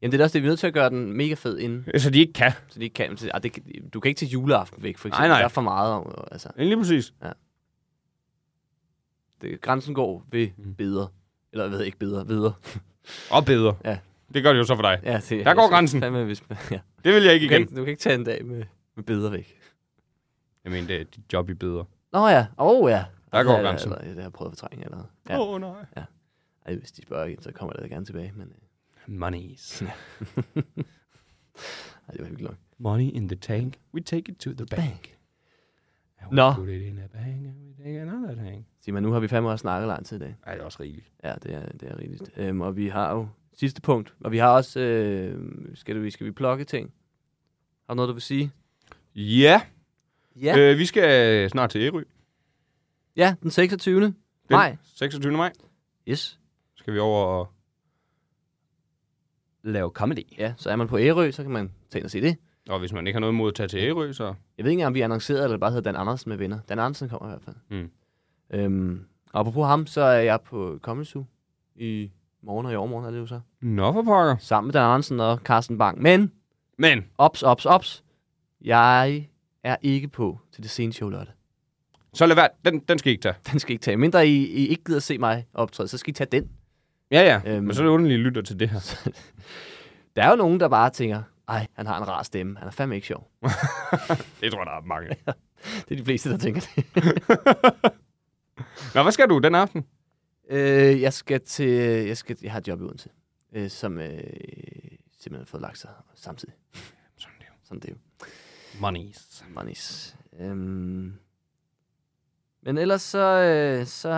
Speaker 3: Jamen det er da også det, vi er nødt til at gøre den mega fed inden.
Speaker 4: Så de ikke kan.
Speaker 3: Så de ikke kan. Så, ah, det, kan- du kan ikke til juleaften væk, for eksempel.
Speaker 4: Nej, nej.
Speaker 3: Der er for meget. om- Altså,
Speaker 4: Ja, Lige præcis.
Speaker 3: det, grænsen går ved
Speaker 4: Mm.
Speaker 3: bedre. Eller jeg ved ikke bedre, videre.
Speaker 4: Og bedre.
Speaker 3: Ja.
Speaker 4: Det gør det jo så for dig.
Speaker 3: Ja, det,
Speaker 4: Der går
Speaker 3: jeg synes
Speaker 4: grænsen.
Speaker 3: Fandme, hvis, man- ja.
Speaker 4: Det vil jeg ikke
Speaker 3: du, kan
Speaker 4: igen.
Speaker 3: ikke, du kan ikke tage en dag med, med bedre væk.
Speaker 4: Jeg mener, det er dit job i bedre.
Speaker 3: Nå ja, åh oh, ja.
Speaker 4: Der går
Speaker 3: Ja, ja,
Speaker 4: grænsen.
Speaker 3: Eller, det har jeg prøvet at fortrænge allerede.
Speaker 4: Åh,
Speaker 3: Ja.
Speaker 4: oh, nej.
Speaker 3: Ej, hvis de spørger igen, så kommer det da gerne tilbage. Men, øh,
Speaker 4: Money's.
Speaker 3: ej, det var hyggeligt nok.
Speaker 4: Money in the tank. We take it to the bank. And we
Speaker 3: Nå.
Speaker 4: Put it in a bank and we take another tank.
Speaker 3: Simon, nu har vi fandme også snakket lang tid i dag.
Speaker 4: Ej, det er også rigeligt.
Speaker 3: Ja, det er, det er rigtigt. Øhm, og vi har jo sidste punkt, og vi har også, øh, skal, du, skal vi plukke ting? Har du noget, du vil sige?
Speaker 4: Ja.
Speaker 3: Ja.
Speaker 4: Øh, vi skal snart til Ærø. Den
Speaker 3: Ja, den 26. Den. Nej.
Speaker 4: 26. maj
Speaker 3: Yes.
Speaker 4: skal vi over og lave comedy.
Speaker 3: Ja, så er man på Ærø, så kan man tage ind og se det.
Speaker 4: Og hvis man ikke har noget imod at tage til Ærø, så...
Speaker 3: Jeg ved ikke engang, om vi annoncerede, eller det bare hedder Dan Andersen med venner. Dan Andersen kommer i hvert fald.
Speaker 4: Mm.
Speaker 3: Øhm, og apropos ham, så er jeg på Comedy Zoo i morgen og i overmorgen, er det jo så.
Speaker 4: Nå for pokker.
Speaker 3: Sammen med Dan Andersen og Carsten Bang. Men
Speaker 4: Men
Speaker 3: Ops, ops, ops. Jeg er ikke på til det sene show lørdag.
Speaker 4: Så lad være. Den, den skal I ikke tage.
Speaker 3: Den skal I ikke tage. Mindre I, I ikke gider se mig optræde, så skal I tage den.
Speaker 4: Ja, ja. Øhm.
Speaker 3: Øhm.
Speaker 4: Men så er det underligt, at I lytter til det her.
Speaker 3: Der er jo nogen, der bare tænker, ej, han har en rar stemme. Han er fandme ikke sjov.
Speaker 4: Det tror jeg, der er mange.
Speaker 3: Det er de fleste, der tænker det.
Speaker 4: Nå, hvad skal du den aften?
Speaker 3: øh, jeg skal til... Jeg, skal, jeg har et job i Odense. øh, som øh, simpelthen har fået lagt sig samtidig.
Speaker 4: Sådan det.
Speaker 3: Sådan det er jo.
Speaker 4: Monies.
Speaker 3: Manis. Øhm. Men ellers så, øh, så øh,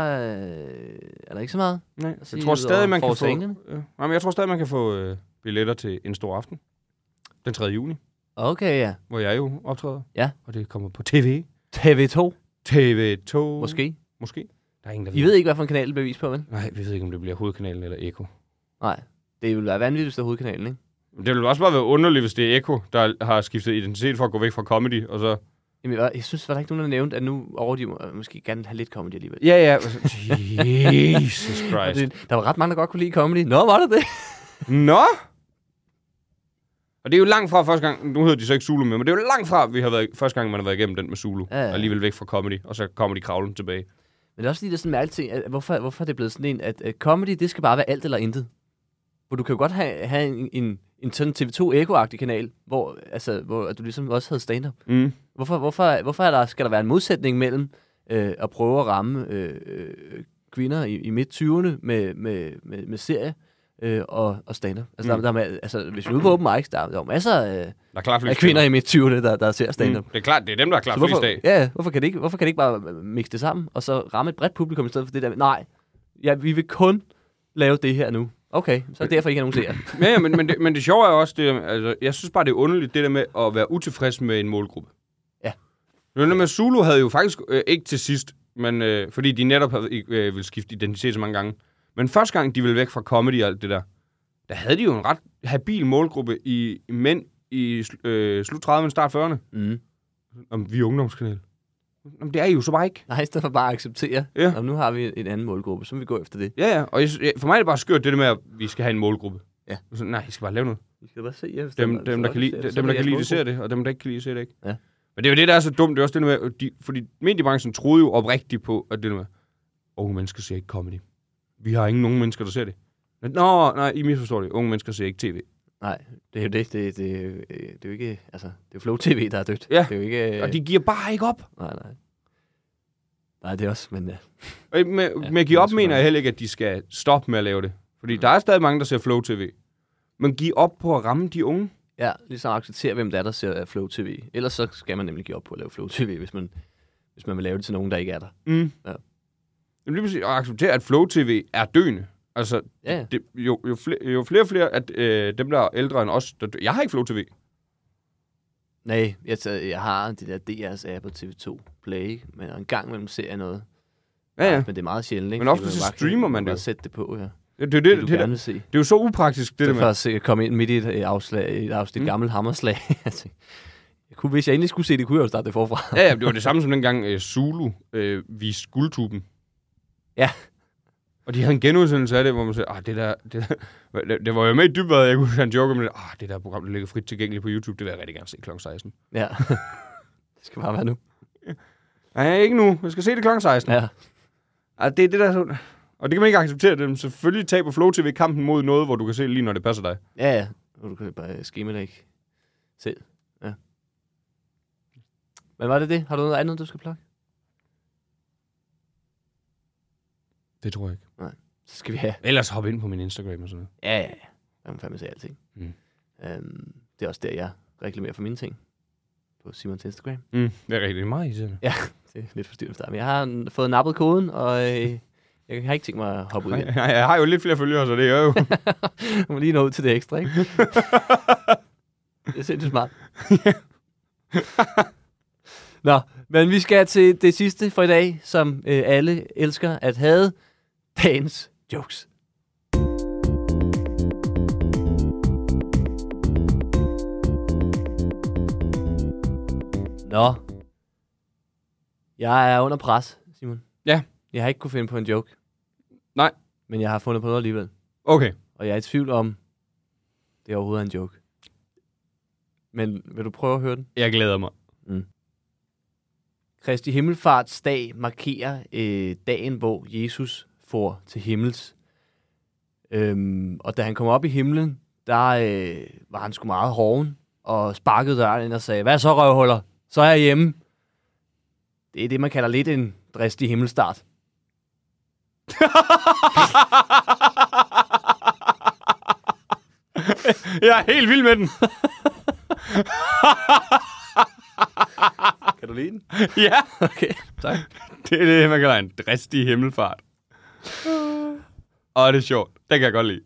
Speaker 3: er der ikke så meget.
Speaker 4: Nej, jeg
Speaker 3: sige
Speaker 4: tror
Speaker 3: ud over
Speaker 4: stadig, man kan få...
Speaker 3: forårsengene?
Speaker 4: Ja. Nej, men jeg tror stadig, man kan få øh, billetter til en stor aften. Den 3. juni,
Speaker 3: Okay, ja.
Speaker 4: hvor jeg jo optræder.
Speaker 3: Ja.
Speaker 4: Og det kommer på TV.
Speaker 3: TV2,
Speaker 4: TV2.
Speaker 3: måske.
Speaker 4: Måske. Der er ingen, der
Speaker 3: I ved ikke, hvad for en kanal det bliver vist på, vel?
Speaker 4: Nej, vi ved ikke, om det bliver hovedkanalen eller Eko.
Speaker 3: Nej. Det ville være vanvittigt, hvis det er hovedkanalen, ikke?
Speaker 4: Det ville også bare være underligt, hvis det er Eko, der har skiftet identitet for at gå væk fra comedy, og så...
Speaker 3: Jamen, jeg, jeg synes, var der ikke nogen, der nævnte, at nu over de må, øh, måske gerne vil have lidt comedy alligevel.
Speaker 4: Ja, ja. Jesus
Speaker 3: Og
Speaker 4: Christ.
Speaker 3: Det, der var ret mange, der godt kunne lide comedy. Nå, var det det?
Speaker 4: Nå! Og det er jo langt fra første gang, nu hedder de så ikke Zulu mere, men det er jo langt fra, vi har været, første gang, man har været igennem den med Zulu,
Speaker 3: Ja, ja.
Speaker 4: og alligevel væk fra comedy, og så kommer de kravlen tilbage.
Speaker 3: Men det er også fordi, det er sådan en mærkelig ting. At, hvorfor, hvorfor er det blevet sådan en, at, at comedy, det skal bare være alt eller intet? Hvor du kan jo godt have, have en, en, en sådan TV2 Echo-agtig kanal, hvor, altså, hvor at du ligesom også havde stand-up.
Speaker 4: Mm.
Speaker 3: Hvorfor, hvorfor, hvorfor er der, skal der være en modsætning mellem øh, at prøve at ramme øh, øh, kvinder i, i midt-20'erne med, med, med, med serie øh, og, og stand-up? Altså, mm.
Speaker 4: Mm.
Speaker 3: der, der, er, altså, hvis vi er ude på open mics, der, er- der er jo masser af,
Speaker 4: Der er klart
Speaker 3: af
Speaker 4: flest
Speaker 3: kvinder i midt-20'erne, der, der ser stand-up.
Speaker 4: Mm. Det er klart, det er dem, der er klart
Speaker 3: Så
Speaker 4: flest
Speaker 3: hvorfor,
Speaker 4: af.
Speaker 3: ja, ja, hvorfor, kan det ikke, hvorfor kan det ikke bare øh, mixe det sammen, og så ramme et bredt publikum i stedet for det der? med, Nej, ja, vi vil kun lave det her nu. Okay, så er det derfor, I ikke har nogen seere.
Speaker 4: Ja, ja men, men, det, men det sjove er også, det, altså, jeg synes bare, det er underligt, det der med at være utilfreds med en målgruppe.
Speaker 3: Ja.
Speaker 4: Det der med Zulu havde jo faktisk, øh, ikke til sidst, men, øh, fordi de netop havde, ikke, øh, ville skifte identitet så mange gange, men første gang, de ville væk fra comedy og alt det der, der havde de jo en ret habil målgruppe i i mænd i sl- øh, slut 30'erne, start 40'erne,
Speaker 3: Mm.
Speaker 4: om vi er ungdomskanal. Jamen, det er I jo så bare ikke.
Speaker 3: Nej, i stedet for bare at acceptere,
Speaker 4: Ja.
Speaker 3: ja. nu har vi en anden målgruppe, så må vi gå efter det.
Speaker 4: Ja, ja, og jeg, sy- ja, for mig er det bare skørt, det der med, at vi skal have en målgruppe.
Speaker 3: Ja.
Speaker 4: Så, nej, I skal bare lave noget.
Speaker 3: Vi skal bare se, ja, hvis
Speaker 4: Dem, dem, der kan lide, dem, der kan lide det, ser det, og dem, der ikke kan lide det, ser det ikke.
Speaker 3: Ja.
Speaker 4: Men det er jo det, der er så dumt. Det er også det der med, at de, fordi mediebranchen troede jo oprigtigt på, at det der med, unge mennesker ser ikke comedy. Vi har ingen nogen mennesker, der ser det. Men, Nå, nej, I misforstår det. Unge mennesker ser ikke tv.
Speaker 3: Nej, det er jo det. Det, det, øh, det er jo ikke... Altså, det er Flow TV, der er dødt.
Speaker 4: Ja,
Speaker 3: Det er jo ikke... øh,
Speaker 4: Og de giver bare ikke op.
Speaker 3: Nej, nej. Nej, det er også, men øh, ja.
Speaker 4: Og med,
Speaker 3: Ja,
Speaker 4: med at
Speaker 3: det
Speaker 4: give
Speaker 3: er
Speaker 4: op,
Speaker 3: sgu
Speaker 4: mener
Speaker 3: da-
Speaker 4: jeg heller ikke, at de skal stoppe med at lave det. Fordi der er stadig mange, der ser Flow TV. Men giv op på at ramme de unge.
Speaker 3: Ja, ligesom at acceptere, hvem der er, der ser øh, Flow TV. Ellers så skal man nemlig give op på at lave Flow TV, hvis man, hvis man vil lave det til nogen, der ikke er der.
Speaker 4: Mm.
Speaker 3: Ja.
Speaker 4: Jamen, lige præcis, og acceptere, at Flow TV er døende. Altså,
Speaker 3: Ja, ja.
Speaker 4: det, jo, jo, flere, jo flere og flere at øh, dem, der er ældre end os, der, dø- jeg har ikke Flow TV.
Speaker 3: Nej, jeg, tager, jeg har det der DR's app på TV2 Play, ikke? men en gang imellem ser jeg noget.
Speaker 4: Ja, ja.
Speaker 3: Men det er meget sjældent, ikke?
Speaker 4: Men ofte
Speaker 3: Fordi
Speaker 4: så
Speaker 3: bare kan-
Speaker 4: streamer
Speaker 3: du
Speaker 4: man
Speaker 3: kan
Speaker 4: det
Speaker 3: bare
Speaker 4: jo.
Speaker 3: sætte det på, ja. Det,
Speaker 4: Det, det, det,
Speaker 3: du
Speaker 4: det,
Speaker 3: gerne
Speaker 4: det,
Speaker 3: vil se.
Speaker 4: det er jo så upraktisk, det
Speaker 3: Det
Speaker 4: der
Speaker 3: er for
Speaker 4: med.
Speaker 3: at se- komme ind midt i et øh, afslag, et afsnit mm. gammelt hammerslag. Jeg tænkte, jeg kunne, hvis jeg endelig skulle se det, kunne jeg jo starte det forfra.
Speaker 4: Ja, ja, det var det samme som dengang øh, Zulu øh, viste guldtuben.
Speaker 3: Ja.
Speaker 4: Og de havde en genudsendelse af det, hvor man sagde, ah, det der, det der, Hva- det, det var jo med i dybvad, jeg kunne have en joke om det, ah, det der program, der ligger frit tilgængeligt på YouTube, det vil jeg rigtig gerne se kl. 16.
Speaker 3: Ja. det skal bare være nu.
Speaker 4: Nej, ikke nu, jeg skal se det kl. 16.
Speaker 3: Ja.
Speaker 4: Ah, det er det der, er så- og det kan man ikke acceptere, dem selvfølgelig taber Flow TV kampen mod noget, hvor du kan se det lige når det passer dig.
Speaker 3: Ja, ja. Og du kan bare skemalægge selv. Ja. Men var det det? Har du noget andet, du skal plukke?
Speaker 4: Det tror jeg ikke.
Speaker 3: Så skal vi have.
Speaker 4: Ellers hoppe ind på min Instagram og sådan noget.
Speaker 3: Ja, ja, ja. Der kan man fandme se alting.
Speaker 4: Mm.
Speaker 3: Øhm, det er også der, jeg reklamerer for mine ting. På Simons Instagram.
Speaker 4: Mm, det er rigtig meget irriterende.
Speaker 3: Ja, det er lidt forstyrrende for dig. Men jeg har n- fået nappet koden, og øh, jeg har ikke tænkt mig at hoppe ud igen.
Speaker 4: Nej, jeg har jo lidt flere følgere, så det er jo...
Speaker 3: Jeg må lige nå ud til det ekstra, ikke? det er sindssygt smart. Nå, men vi skal til det sidste for i dag, som øh, alle elsker at have. Dagens jokes. Nå. Jeg er under pres, Simon.
Speaker 4: Ja.
Speaker 3: Jeg har ikke kunne finde på en joke.
Speaker 4: Nej.
Speaker 3: Men jeg har fundet på noget alligevel.
Speaker 4: Okay.
Speaker 3: Og jeg er i tvivl om, det overhovedet er en joke. Men vil du prøve at høre den?
Speaker 4: Jeg glæder mig.
Speaker 3: Kristi Himmelfarts dag markerer øh, dagen, hvor Jesus får til himmels. Øhm, og da han kom op i himlen, der øh, var han sgu meget hoven og sparkede døren ind og sagde, hvad så røvhuller? Så er jeg hjemme. Det er det, man kalder lidt en dristig himmelstart.
Speaker 4: Jeg er helt vild med den.
Speaker 3: Kan du lide den?
Speaker 4: ja,
Speaker 3: Okay, tak.
Speaker 4: det er det, man kalder en dristig himmelfart. Og det er sjovt. Det kan jeg godt lide.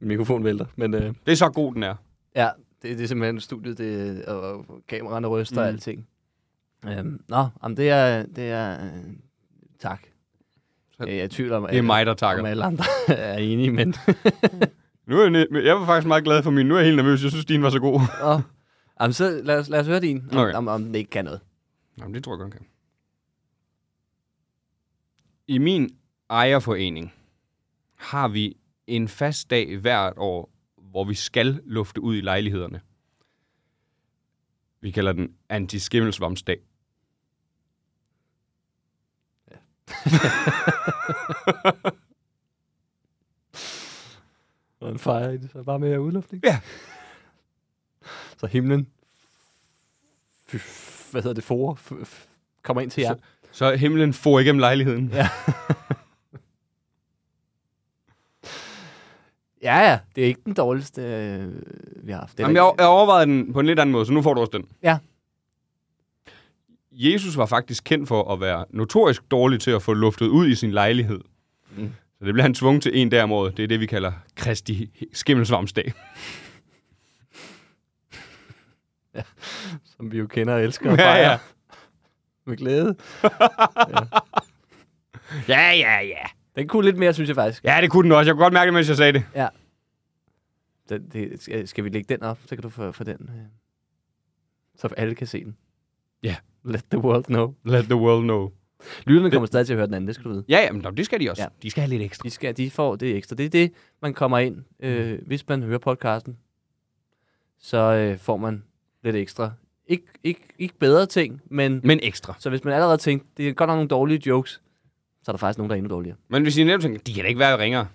Speaker 3: Min mikrofon vælter, men... Øh,
Speaker 4: Det er så god, den er.
Speaker 3: ja, det, det er simpelthen studiet, det, og, og kameraerne ryster mm. og
Speaker 4: Mm.
Speaker 3: alting. Øhm, nå, jamen det er... Det er øh, tak. Jeg, jeg tvivler om,
Speaker 4: Det er
Speaker 3: at-
Speaker 4: mig, der
Speaker 3: om
Speaker 4: takker.
Speaker 3: alle andre er enige, men...
Speaker 4: Nu er jeg, ne- jeg var faktisk meget glad for min. Nu er jeg helt nervøs. Jeg synes, din var så god.
Speaker 3: Åh, Jamen, så lad os, lad os høre din, om,
Speaker 4: Okay.
Speaker 3: om, om den ikke kan noget.
Speaker 4: Jamen, det tror jeg godt, han kan. I min ejerforening har vi en fast dag hvert år, hvor vi skal lufte ud i lejlighederne. Vi kalder den antiskimmelsvampsdag.
Speaker 3: Og en fejr i det, så bare med udluftning.
Speaker 4: Ja.
Speaker 3: Så himlen, fy, hvad hedder det, for, f- f- kommer ind til jer.
Speaker 4: Så himlen får igennem lejligheden.
Speaker 3: Ja. Ja, ja, det er ikke den dårligste, øh, vi har haft. Det er
Speaker 4: Jamen,
Speaker 3: der
Speaker 4: jeg,
Speaker 3: ikke-
Speaker 4: jeg overvejede den på en lidt anden måde, så nu får du også den.
Speaker 3: Ja.
Speaker 4: Jesus var faktisk kendt for at være notorisk dårlig til at få luftet ud i sin lejlighed.
Speaker 3: Mm.
Speaker 4: Mm. Så det blev han tvunget til en dag om året. Det er det, vi kalder Kristi skimmelsvampsdag.
Speaker 3: Som vi jo kender og elsker og fejrer ja, ja. med glæde.
Speaker 4: ja, ja, ja.
Speaker 3: Den kunne lidt mere, synes jeg faktisk.
Speaker 4: Ja, det kunne den også. Jeg kunne godt mærke det, mens jeg sagde det.
Speaker 3: Den, det, skal- skal vi lægge den op, så kan du få, få den, øh, så alle kan se den.
Speaker 4: Ja.
Speaker 3: Let the world know.
Speaker 4: Let the world know.
Speaker 3: Lytterne kommer stadig til at høre den anden, det skal du vide.
Speaker 4: Ja, ja, men nå, det skal de også.
Speaker 3: Ja.
Speaker 4: Ja. De skal have lidt ekstra.
Speaker 3: De, skal, de får det ekstra. Det er det, man kommer ind, øh, hvis man hører podcasten. Så øh, får man lidt ekstra. Ikke, ikke, ikke bedre ting, men...
Speaker 4: Men ekstra.
Speaker 3: Så hvis man allerede tænkte, det er godt nok nogle dårlige jokes, så er der faktisk nogen, der er endnu dårligere.
Speaker 4: Men hvis I nemt tænker, de kan da ikke være ringere.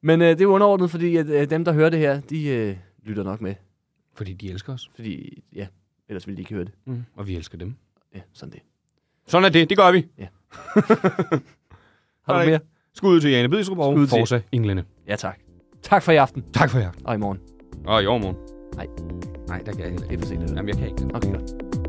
Speaker 3: Men øh, det er underordnet, fordi at, øh, dem, der hører det her, de øh, lytter nok med.
Speaker 4: Fordi de elsker os.
Speaker 3: Fordi, ja, ellers ville de ikke høre det.
Speaker 4: Mm. Og vi elsker dem.
Speaker 3: Ja, sådan det.
Speaker 4: Sådan er det. Det gør vi.
Speaker 3: Har du
Speaker 4: Alright.
Speaker 3: mere?
Speaker 4: Skud ud til Jane Bidstrup og
Speaker 3: Skud til-
Speaker 4: Forza Englene.
Speaker 3: Ja, tak. Tak for i aften,
Speaker 4: Tak for jer.
Speaker 3: og i morgen.
Speaker 4: Og i overmorgen.
Speaker 3: Nej.
Speaker 4: Nej, der kan jeg heller
Speaker 3: Det er
Speaker 4: ikke.
Speaker 3: for sent.
Speaker 4: Jamen, jeg kan ikke.
Speaker 3: Okay, godt.